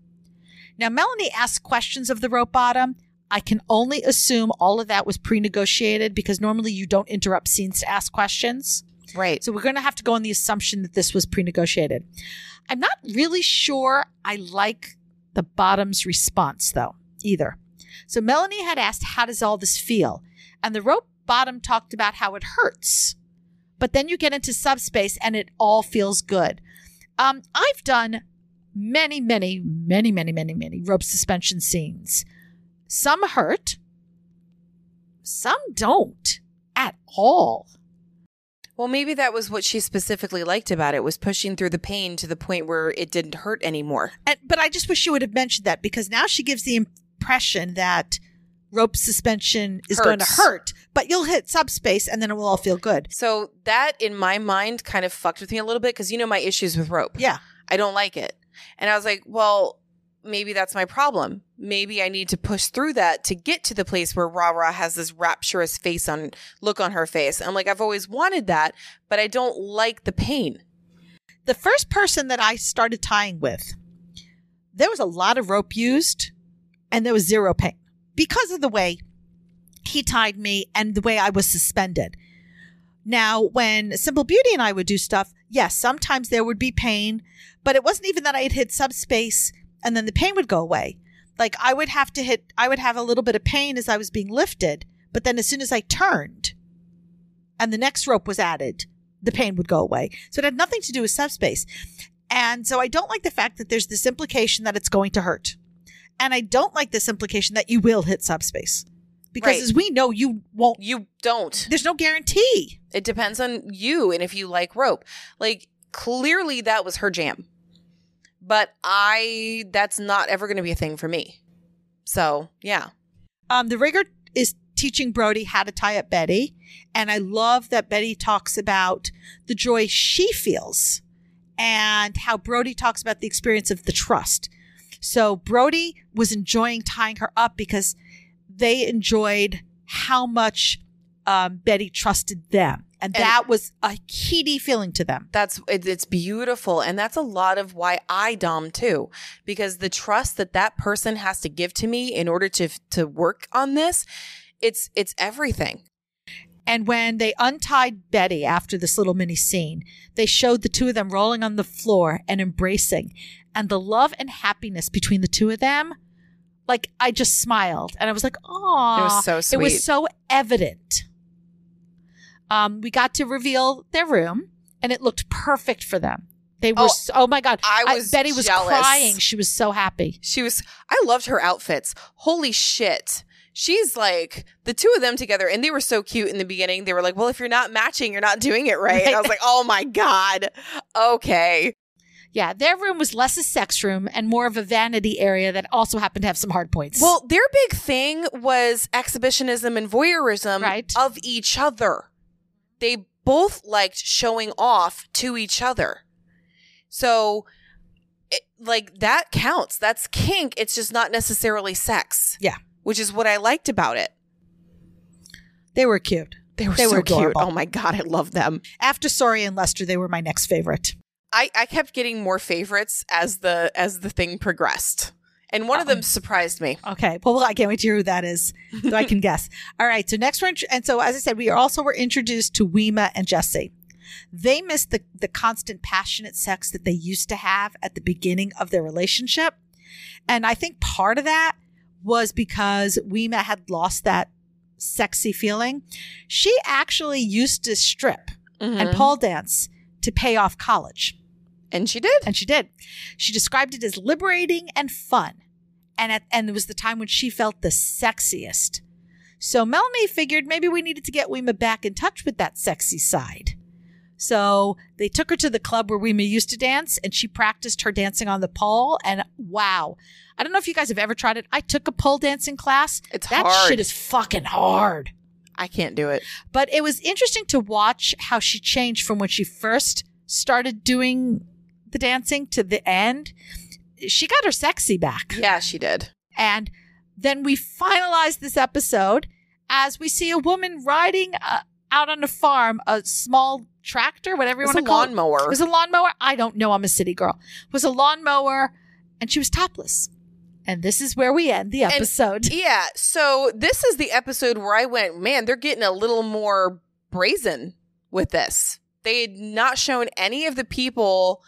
S6: Now, Melanie asks questions of the rope bottom. I can only assume all of that was pre negotiated because normally you don't interrupt scenes to ask questions.
S5: Right.
S6: So we're going to have to go on the assumption that this was pre negotiated. I'm not really sure I like the bottom's response, though, either. So Melanie had asked, How does all this feel? And the rope bottom talked about how it hurts. But then you get into subspace and it all feels good. Um, I've done many, many, many, many, many, many rope suspension scenes. Some hurt, some don't at all.
S5: Well, maybe that was what she specifically liked about it was pushing through the pain to the point where it didn't hurt anymore.
S6: And, but I just wish she would have mentioned that because now she gives the impression that rope suspension is going to
S5: Hurts.
S6: hurt, but you'll hit subspace and then it will all feel good.
S5: So that in my mind kind of fucked with me a little bit because you know my issues with rope.
S6: Yeah.
S5: I don't like it. And I was like, well, maybe that's my problem. Maybe I need to push through that to get to the place where Rara has this rapturous face on look on her face. I'm like, I've always wanted that, but I don't like the pain.
S6: The first person that I started tying with, there was a lot of rope used and there was zero pain because of the way he tied me and the way I was suspended. Now, when Simple Beauty and I would do stuff, yes, sometimes there would be pain, but it wasn't even that I'd hit subspace and then the pain would go away. Like I would have to hit, I would have a little bit of pain as I was being lifted, but then as soon as I turned and the next rope was added, the pain would go away. So it had nothing to do with subspace. And so I don't like the fact that there's this implication that it's going to hurt. And I don't like this implication that you will hit subspace because
S5: Right.
S6: as we know, you won't
S5: You don't.
S6: there's no guarantee.
S5: It depends on you and if you like rope. Like clearly that was her jam. But I that's not ever going to be a thing for me. So, yeah.
S6: Um, the rigger is teaching Brody how to tie up Betty, and I love that Betty talks about the joy she feels, and how Brody talks about the experience of the trust. So Brody was enjoying tying her up because they enjoyed how much um, Betty trusted them. And,
S5: And-
S6: that was a key feeling to them.
S5: That's it, it's beautiful, and that's a lot of why I dom too, because the trust that that person has to give to me in order to to work on this, it's it's everything.
S6: And when they untied Betty after this little mini scene, they showed the two of them rolling on the floor and embracing. And the love and happiness between the two of them, like I just smiled and I was like, oh,
S5: It was so
S6: It
S5: sweet.
S6: was so evident. Um, we got to reveal their room and it looked perfect for them. They were,
S5: Oh,
S6: oh, so, oh my God.
S5: I was
S6: Betty was
S5: jealous.
S6: crying. She was so happy.
S5: She was, I loved her outfits. Holy shit. She's like the two of them together, and they were so cute in the beginning. They were like, Well, if you're not matching, you're not doing it right. And I was like, Oh my God. Okay.
S6: Yeah, their room was less a sex room and more of a vanity area that also happened to have some hard points.
S5: Well, their big thing was exhibitionism and voyeurism
S6: Right.
S5: of each other. They both liked showing off to each other. So, it, like, that counts. That's kink. It's just not necessarily sex.
S6: Yeah.
S5: Which is what I liked about it.
S6: they were cute.
S5: They were
S6: They
S5: so
S6: were
S5: cute.
S6: adorable.
S5: Oh my god, I love them.
S6: after Sorry and Lester, they were my next favorite.
S5: I, I kept getting more favorites as the as the thing progressed. And one of them surprised me.
S6: Okay. Well, I can't wait to hear who that is, though I can guess. All right. So next we're int- and so as I said, we also were introduced to Weema and Jesse. They missed the the constant passionate sex that they used to have at the beginning of their relationship, and I think part of that was because Weema had lost that sexy feeling. She actually used to strip and
S5: Mhm.
S6: pole dance to pay off college.
S5: and she did.
S6: And she did. She described it as liberating and fun. And at, and it was the time when she felt the sexiest. So Melanie figured maybe we needed to get Weema back in touch with that sexy side. So they took her to the club where Weema used to dance and she practiced her dancing on the pole. And wow. I don't know if you guys have ever tried it. I took a pole dancing class.
S5: It's
S6: that
S5: hard.
S6: shit is fucking hard.
S5: I can't do it.
S6: But it was interesting to watch how she changed from when she first started doing the dancing to the end. She got her sexy back.
S5: Yeah, she did.
S6: And then we finalized this episode as we see a woman riding uh, out on a farm, a small tractor, whatever you
S5: It was
S6: want
S5: a
S6: to call it.
S5: lawnmower.
S6: It was a lawnmower. I don't know. I'm a city girl. It was a lawnmower and she was topless. And this is where we end the episode.
S5: yeah. So this is the episode where I went, man, they're getting a little more brazen with this. They had not shown any of the people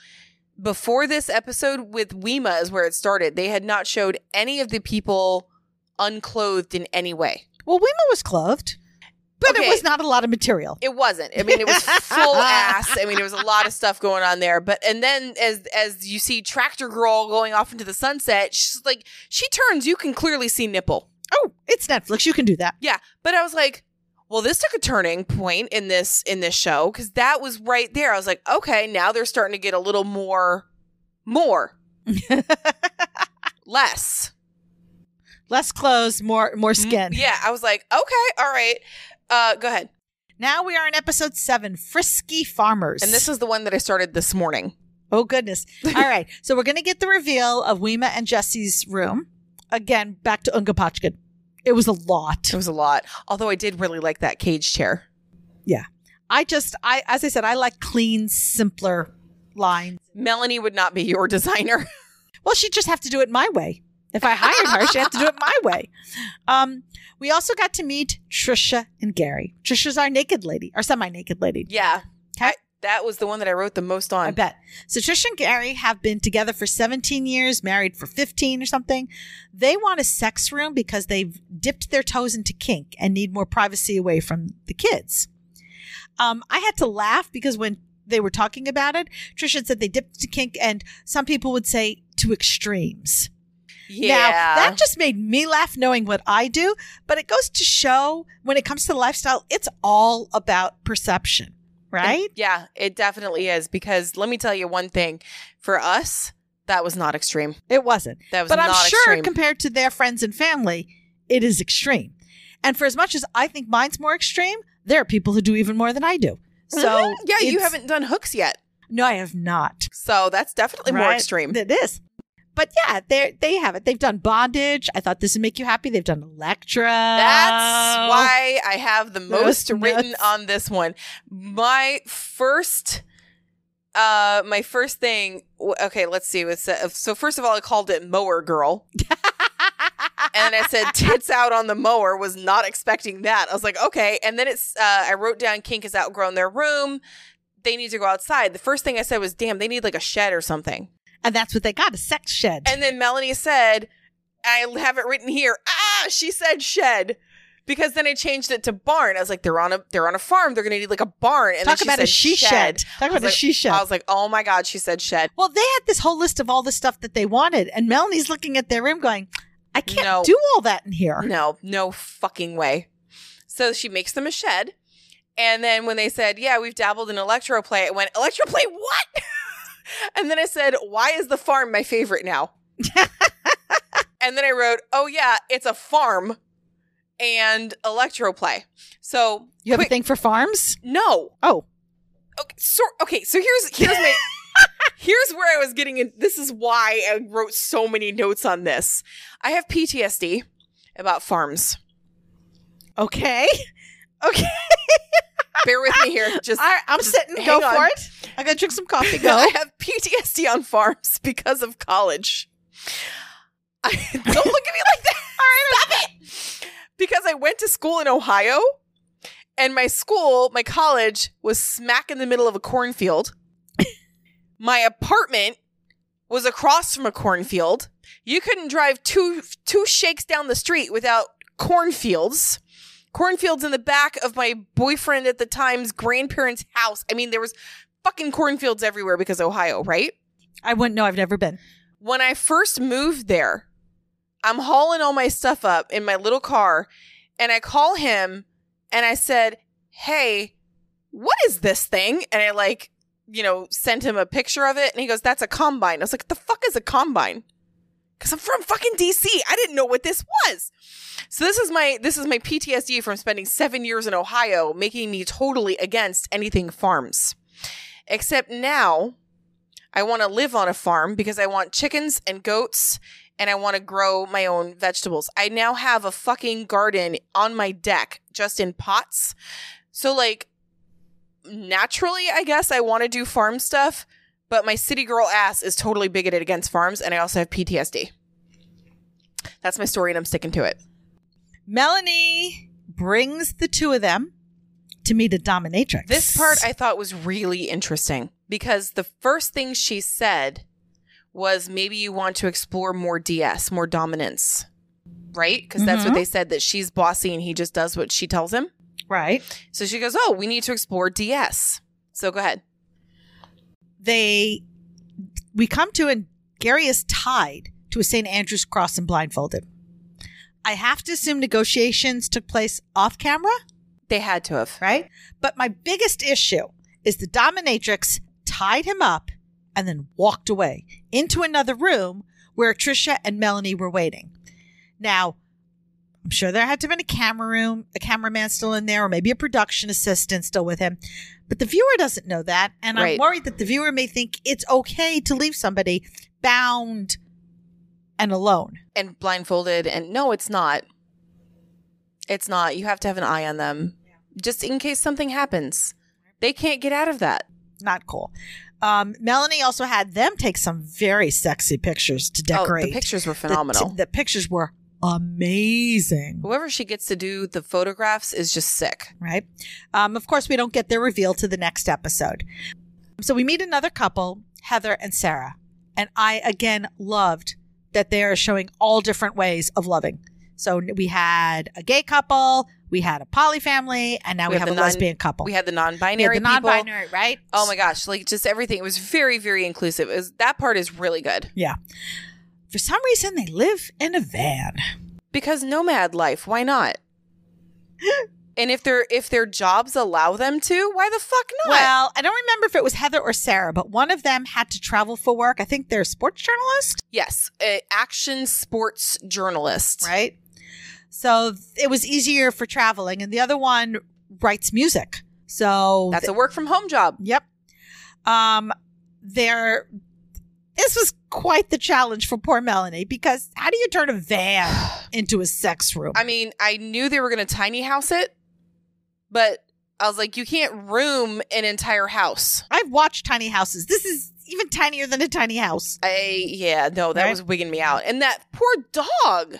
S5: before this episode with Weema is where it started. They had not showed any of the people unclothed in any way.
S6: well, Wima was clothed, but
S5: Okay.
S6: it was not a lot of material.
S5: It wasn't. I mean, it was full ass. I mean, there was a lot of stuff going on there. But and then as as you see Tractor Girl going off into the sunset, she's like she turns. You can clearly see nipple.
S6: oh, it's Netflix. You can do that.
S5: Yeah, but I was like, well, this took a turning point in this in this show because that was right there. I was like, okay, now they're starting to get a little more, more, less.
S6: Less clothes, more more skin.
S5: Mm-hmm. Yeah, I was like, okay, all right. Uh, go ahead.
S6: Now we are in episode seven, Frisky Farmers.
S5: And this is the one that I started this morning.
S6: oh goodness. All right, so we're gonna get the reveal of Weema and Jesse's room. Again, back to Unga Pachkin. It was a lot.
S5: It was a lot, although I did really like that cage chair.
S6: I just, I as I said, I like clean, simpler lines.
S5: Melanie would not be your designer.
S6: Well, she'd just have to do it my way. If I hired her, she'd have to do it my way. Um, we also got to meet Trisha and Gary. Trisha's our naked lady, our semi-naked lady.
S5: yeah.
S6: Okay.
S5: I- that was the one that I wrote the most on.
S6: I bet. So Trisha and Gary have been together for 17 years, married for 15 or something. They want a sex room because they've dipped their toes into kink and need more privacy away from the kids. Um, I had to laugh because when they were talking about it, Trisha had said they dipped into kink and some people would say to extremes.
S5: Yeah.
S6: Now, that just made me laugh knowing what I do, but it goes to show when it comes to lifestyle, it's all about perception, right?
S5: Yeah, it definitely is because let me tell you one thing. For us, that was not extreme.
S6: It wasn't.
S5: That was
S6: but
S5: not
S6: I'm sure
S5: extreme.
S6: compared to their friends and family, it is extreme. And for as much as I think mine's more extreme, there are people who do even more than I do. So
S5: Mm-hmm. yeah, you
S6: it's-
S5: haven't done hooks yet.
S6: No, I have not.
S5: So that's definitely more
S6: Right?
S5: extreme.
S6: It is. But yeah, they they have it. They've done bondage. I thought this would make you happy. They've done Electra.
S5: That's why I have the most
S6: Those
S5: written
S6: nuts.
S5: on this one. My first, uh, my first thing. w- Okay, let's see. What's that? So first of all, I called it mower girl, and I said tits out on the mower. Was not expecting that. I was like, okay. And then it's. Uh, I wrote down kink has outgrown their room. They need to go outside. The first thing I said was, damn, they need like a shed or something.
S6: and that's what they got a sex shed.
S5: And then Melanie said, I have it written here. Ah, she said shed. Because then I changed it to barn. I was like, they're on a they're on a farm. They're gonna need like a barn. And
S6: Talk
S5: then she
S6: about
S5: said
S6: a she shed. Talk
S5: was
S6: about a
S5: like,
S6: she shed.
S5: I was like, oh my god, she said shed.
S6: well, they had this whole list of all the stuff that they wanted, and Melanie's looking at their room, going, "I can't
S5: No.
S6: do all that in here."
S5: No, no fucking way. So she makes them a shed. And then when they said, Yeah, we've dabbled in electroplay, I went, Electroplay what? and then I said, Why is the farm my favorite now? and then I wrote, Oh yeah, it's a farm and electroplay. So
S6: You have a
S5: quick-
S6: thing for farms?
S5: no.
S6: Oh.
S5: Okay, so okay, so here's here's my here's where I was getting in this is why I wrote so many notes on this. I have PTSD about farms.
S6: Okay.
S5: Bear with me here. Just
S6: I, I'm
S5: just
S6: sitting.
S5: hang
S6: Go
S5: on.
S6: for it. I gotta drink some coffee. Go.
S5: I have PTSD on farms because of college. I, don't look at me like that. Stop it. Because I went to school in Ohio, and my school, my college, was smack in the middle of a cornfield. my apartment was across from a cornfield. You couldn't drive two two shakes down the street without cornfields. Cornfields in the back of my boyfriend at the time's grandparents' house. I mean, there was fucking cornfields everywhere because Ohio, right?
S6: I wouldn't know. I've never been.
S5: When I first moved there, I'm hauling all my stuff up in my little car and I call him and I said, Hey, what is this thing? And I like, you know, sent him a picture of it and he goes, That's a combine. I was like, The fuck is a combine? Cause I'm from fucking DC. I didn't know what this was. So this is my this is my PTSD from spending seven years in Ohio, making me totally against anything farms. Except now I want to live on a farm because I want chickens and goats and I want to grow my own vegetables. I now have a fucking garden on my deck just in pots. So, like, naturally, I guess I want to do farm stuff, but my city girl ass is totally bigoted against farms and I also have PTSD. That's my story and I'm sticking to it.
S6: Melanie brings the two of them to meet a dominatrix.
S5: This part I thought was really interesting because the first thing she said was maybe you want to explore more DS, more dominance, right? Because that's what
S6: Mhm.
S5: they said that she's bossy and he just does what she tells him.
S6: right.
S5: So she goes, Oh, we need to explore DS. So go ahead.
S6: They we come to and Gary is tied to a St. Andrew's cross and blindfolded. I have to assume negotiations took place off camera,
S5: They had to have.
S6: right? But my biggest issue is the dominatrix tied him up and then walked away into another room where Tricia and Melanie were waiting. Now, I'm sure there had to have been a camera room, a cameraman still in there, or maybe a production assistant still with him. But the viewer doesn't know that. And
S5: Right.
S6: I'm worried that the viewer may think it's okay to leave somebody bound and alone.
S5: And blindfolded. And no, it's not. It's not. You have to have an eye on them just in case something happens. They can't get out of that. Oh,
S6: Not cool. Um, Melanie also had them take some very sexy pictures to decorate.
S5: Oh, the pictures were
S6: The-
S5: phenomenal.
S6: The, pictures were amazing,
S5: Whoever she gets to do the photographs is just sick.
S6: right? Um, of course, we don't get their reveal to the next episode. So we meet another couple, Heather and Sarah. And I, again, loved that they are showing all different ways of loving. So we had a gay couple, we had a poly family, and now we,
S5: We
S6: have
S5: have
S6: a
S5: the non-
S6: lesbian couple.
S5: We had the non-binary
S6: We had the
S5: people.
S6: non-binary, right?
S5: Oh my gosh, like just everything. It was very, very inclusive. It was, that part is really good
S6: Yeah. For some reason, they live in a van.
S5: because nomad life. Why not? and if their if their jobs allow them to, why the fuck not?
S6: Well, I don't remember if it was Heather or Sarah, but one of them had to travel for work. I think they're a sports journalist,
S5: yes, uh, action sports journalist.
S6: right? So th- it was easier for traveling, and the other one writes music. So
S5: That's a work from home job.
S6: yep. Um, they're This was quite the challenge for poor Melanie because how do you turn a van into a sex room?
S5: I mean, I knew they were going to tiny house it, but I was like, you can't room an entire house.
S6: I've watched tiny houses. This is even tinier than a tiny house.
S5: I yeah, no, that
S6: Right.
S5: was wigging me out. And that poor dog.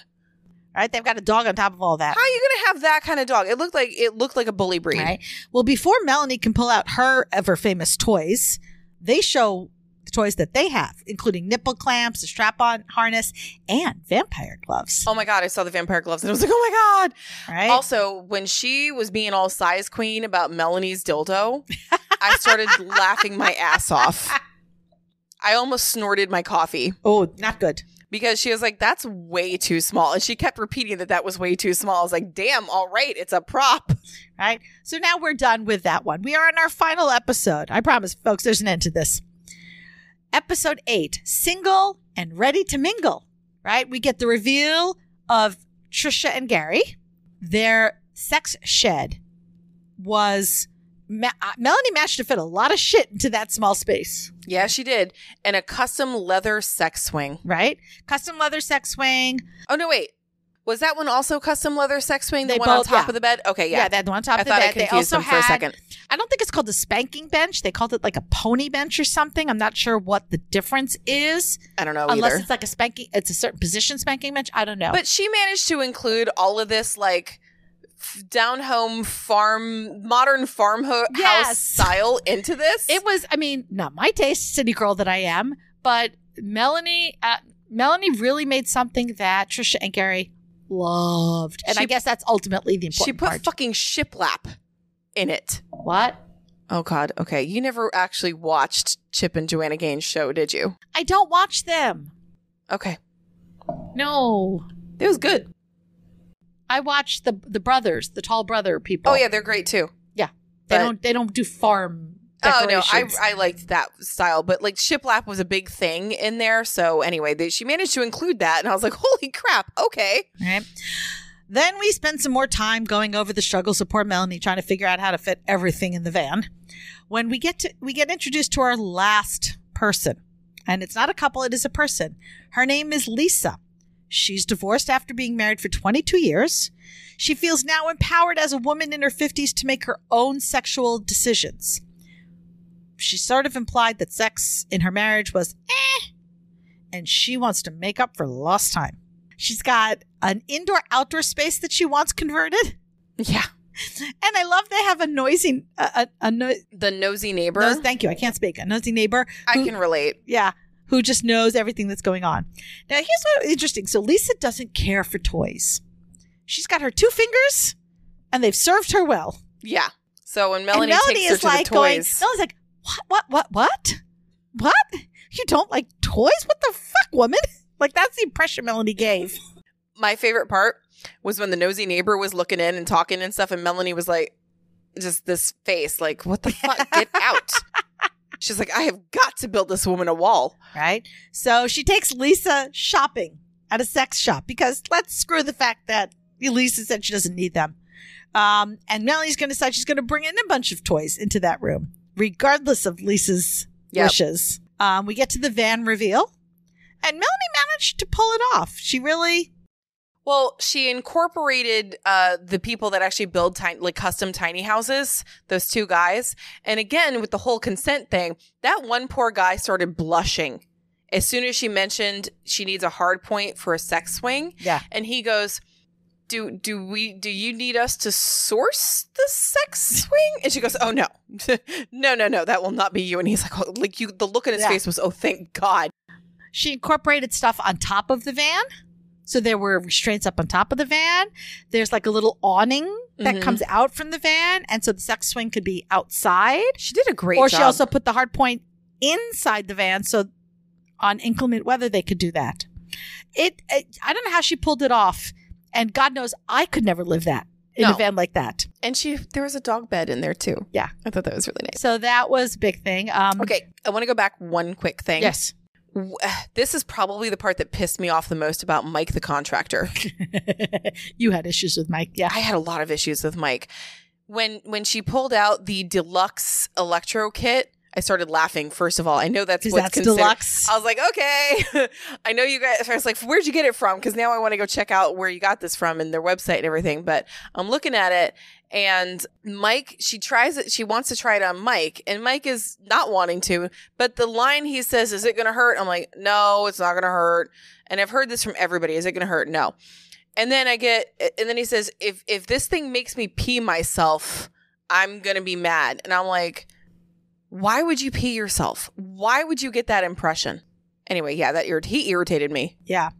S6: All right, they've got a dog on top of all that.
S5: How are you going to have that kind of dog? It looked like it looked like a bully breed.
S6: Right. Well, before Melanie can pull out her ever famous toys, they show the toys that they have, including nipple clamps, a strap-on harness, and vampire gloves.
S5: Oh my god, I saw the vampire gloves and I was like, "Oh my god."
S6: Right.
S5: Also, when she was being all size queen about Melanie's dildo, I started laughing my ass off. I almost snorted my coffee
S6: oh, not good.
S5: because she was like, "That's way too small," and she kept repeating that that was way too small. I was like, "Damn, all right, it's a prop."
S6: Right. So now we're done with that one. We are on our final episode. I promise, folks, there's an end to this. Episode eight, single and ready to mingle. Right. We get the reveal of Trisha and Gary. Their sex shed was. Ma- uh, Melanie managed to fit a lot of shit into that small space,
S5: Yeah, she did, and a custom leather sex swing.
S6: right? Custom leather sex swing.
S5: Oh no, wait, was that one also custom leather sex swing? The
S6: They
S5: one on
S6: both-
S5: top
S6: yeah.
S5: of the bed? Okay, yeah.
S6: Yeah, that one on top
S5: I
S6: of the
S5: thought I
S6: bed. They
S5: confused
S6: also
S5: them for a
S6: had-
S5: second.
S6: I don't think it's called the spanking bench. They called it like a pony bench or something. I'm not sure what the difference is.
S5: I don't know
S6: unless
S5: Oh, either.
S6: it's like a spanking it's a certain position spanking bench i don't know
S5: But she managed to include all of this like f- down home farm modern farmhouse
S6: Yes.
S5: style into this.
S6: it was i mean not my taste city girl that i am but melanie uh, melanie really made something that trisha and gary loved and i
S5: She-
S6: guess that's ultimately the important
S5: she put
S6: part
S5: fucking shiplap in it.
S6: what
S5: Oh god. Okay, you never actually watched Chip and Joanna Gaines' show, did you?
S6: i don't watch them
S5: Okay.
S6: no
S5: It was good.
S6: i watch the the brothers the tall brother people
S5: Oh yeah, they're great too.
S6: they
S5: but-
S6: don't they don't do farm
S5: Oh no, I
S6: decorations.
S5: I liked that style, but like shiplap was a big thing in there. So anyway, they, she managed to include that, and I was like, "Holy crap! Okay,
S6: Right. Then we spend some more time going over the struggles of poor Melanie trying to figure out how to fit everything in the van. When we get to we get introduced to our last person. And it's not a couple, it is a person. Her name is Lisa. She's divorced after being married for 22 years. She feels now empowered as a woman in her 50s to make her own sexual decisions. She sort of implied that sex in her marriage was eh, and she wants to make up for lost time. She's got an indoor outdoor space that she wants converted.
S5: yeah."
S6: And I love they have a noisy, a, a, a no,
S5: The nosy neighbor,
S6: no, thank you. I can't speak. A nosy neighbor.
S5: I
S6: who-
S5: can relate.
S6: Yeah. Who just knows everything that's going on. Now, here's what's interesting. So Lisa doesn't care for toys. She's got her two fingers and they've served her well.
S5: Yeah. So when Melanie,
S6: and Melanie
S5: takes her
S6: is
S5: to
S6: like
S5: the toys,
S6: going, Melanie's like, what, what, what, what? What? You don't like toys? What the fuck, woman? Like that's the impression Melanie gave.
S5: my favorite part was when the nosy neighbor was looking in and talking and stuff, and Melanie was like, just this face, like, what the fuck? Get out. She's like, I have got to build this woman a wall.
S6: right? So she takes Lisa shopping at a sex shop because let's screw the fact that Lisa said she doesn't need them. Um, and Melanie's going to decide she's going to bring in a bunch of toys into that room, regardless of Lisa's
S5: Yep.
S6: wishes. Um, we get to the van reveal, and Melanie managed to pull it off. She really,
S5: Well, she incorporated uh, the people that actually build tiny, like custom tiny houses. Those two guys, and again with the whole consent thing, that one poor guy started blushing as soon as she mentioned she needs a hard point for a sex swing.
S6: Yeah.
S5: and he goes, "Do do we do you need us to source the sex swing?" And she goes, "Oh no, no, no, no, that will not be you." And he's like, oh, "Like you," the look in his
S6: Yeah.
S5: face was, "Oh, thank God."
S6: she incorporated stuff on top of the van. So there were restraints up on top of the van. There's like a little awning that
S5: Mhm.
S6: comes out from the van. And so the sex swing could be outside.
S5: She did a great
S6: or
S5: job.
S6: she also put the hard point inside the van so on inclement weather they could do that it, it- i don't know how she pulled it off and god knows i could never live that in a
S5: No.
S6: van like that
S5: and she there was a dog bed in there too.
S6: Yeah.
S5: I thought that was really nice.
S6: so that was a big thing um
S5: Okay, I want to go back one quick thing.
S6: yes
S5: W- eh, This is probably the part that pissed me off the most about Mike the contractor.
S6: you had issues with mike yeah
S5: I had a lot of issues with Mike. When when she pulled out the deluxe electro kit, I I started laughing. First of all, I know that's
S6: Because
S5: what's
S6: that's
S5: considered. Oh.
S6: deluxe.
S5: I was like, okay, I know you guys. I was like, where'd you get it from? Because now I want to go check out where you got this from and their website and everything. But I'm looking at it, and Mike, she tries it. She wants to try it on Mike, and Mike is not wanting to. But the line he says, "Is it going to hurt?" I'm like, "No, it's not going to hurt." And I've heard this from everybody. Is it going to hurt? No. And then I get, and then he says, "If if this thing makes me pee myself, I'm going to be mad." And I'm like why would you pee yourself? Why would you get that impression? Anyway, yeah, that irrit- he irritated me.
S6: Yeah.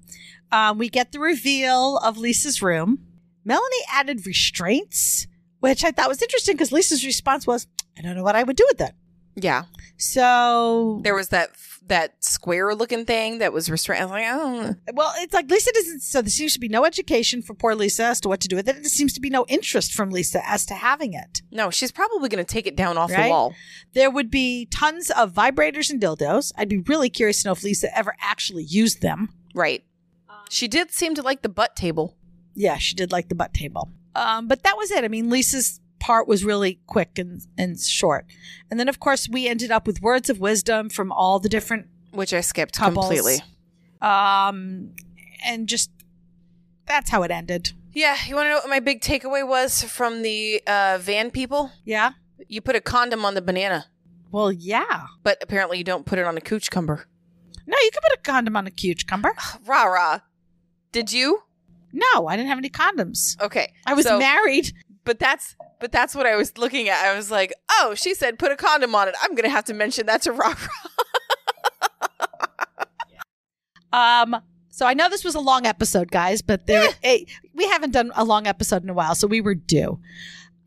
S6: Um, we get the reveal of Lisa's room. Melanie added restraints, which I thought was interesting because Lisa's response was, I don't know what I would do with that.
S5: Yeah,
S6: So,
S5: there was that that square looking thing that was restrained. I was like, oh,
S6: well, it's like Lisa doesn't, so there seems to be no education for poor Lisa as to what to do with it. There seems to be no interest from Lisa as to having it.
S5: no, she's probably going to take it down off
S6: Right?
S5: the wall.
S6: There would be tons of vibrators and dildos. I'd be really curious to know if Lisa ever actually used them.
S5: Right. She did seem to like the butt table.
S6: yeah, she did like the butt table. Um, but that was it. I mean, Lisa's part was really quick and, and short. And then, of course, we ended up with words of wisdom from all the different
S5: Which I skipped
S6: couples.
S5: completely.
S6: Um, and just that's how it ended.
S5: Yeah, you want to know what my big takeaway was from the uh, van people?
S6: Yeah.
S5: You put a condom on the banana,
S6: Well, yeah.
S5: but apparently you don't put it on a cooch cumber.
S6: No, you could put a condom on a cucumber.
S5: Rah rah. Did you?
S6: No, I didn't have any condoms.
S5: Okay,
S6: I was
S5: so-
S6: married.
S5: but that's but that's what I was looking at. I was like, oh, she said put a condom on it. I'm gonna have to mention that to Rob.
S6: Um, so I know this was a long episode, guys, but there eh, we haven't done a long episode in a while, so we were due.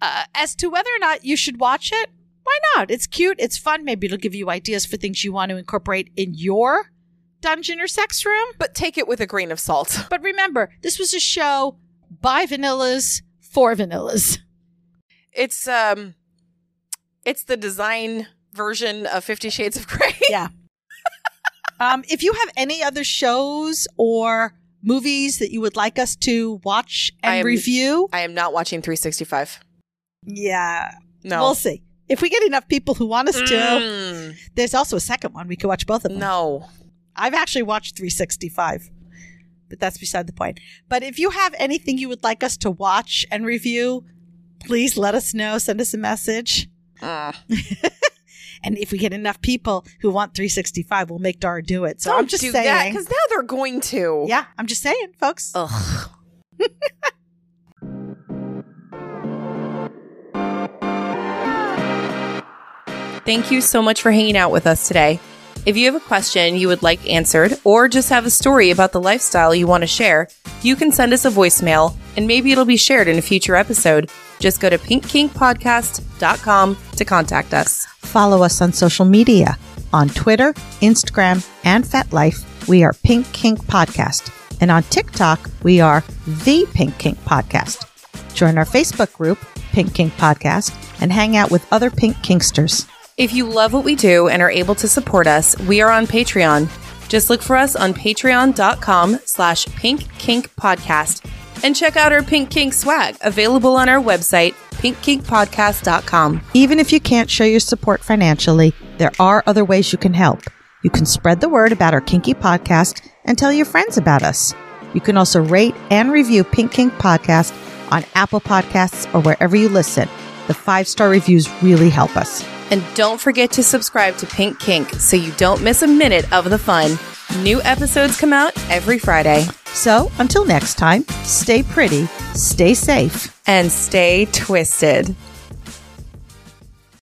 S6: Uh, as to whether or not you should watch it, why not? It's cute, it's fun. Maybe it'll give you ideas for things you want to incorporate in your dungeon or sex room.
S5: But take it with a grain of salt.
S6: But remember, this was a show by vanillas for vanillas.
S5: It's um, it's the design version of Fifty Shades of Grey.
S6: Um, if you have any other shows or movies that you would like us to watch and
S5: I am-
S6: review,
S5: I am not watching 365.
S6: yeah,
S5: No.
S6: we'll see. If we get enough people who want us to,
S5: Mm,
S6: There's also a second one. We could watch both of them.
S5: no.
S6: I've actually watched 365, but that's beside the point. But if you have anything you would like us to watch and review, please let us know. Send us a message.
S5: Mm.
S6: And if we get enough people who want 365, we'll make Dara do it. So
S5: Don't
S6: I'm just
S5: do
S6: saying.
S5: that because now they're going to.
S6: yeah, I'm just saying, folks.
S5: Ugh.
S2: Thank you so much for hanging out with us today. If you have a question you would like answered or just have a story about the lifestyle you want to share, you can send us a voicemail and maybe it'll be shared in a future episode. Just go to pinkkinkpodcast.com to contact us.
S1: Follow us on social media on Twitter, Instagram, and FetLife. We are Pink Kink Podcast. And on TikTok, we are The Pink Kink Podcast. Join our Facebook group, Pink Kink Podcast, and hang out with other Pink Kinksters.
S2: If you love what we do and are able to support us, we are on Patreon. Just look for us on patreon.com slash pink kink podcast and check out our pink kink swag available on our website, pinkkinkpodcast.com.
S1: Even if you can't show your support financially, there are other ways you can help. You can spread the word about our Kinky Podcast and tell your friends about us. You can also rate and review Pink Kink Podcast on Apple Podcasts or wherever you listen. The five star reviews really help us.
S2: And don't forget to subscribe to Pink Kink so you don't miss a minute of the fun. New episodes come out every Friday.
S1: So until next time, stay pretty, stay safe.
S2: And stay twisted.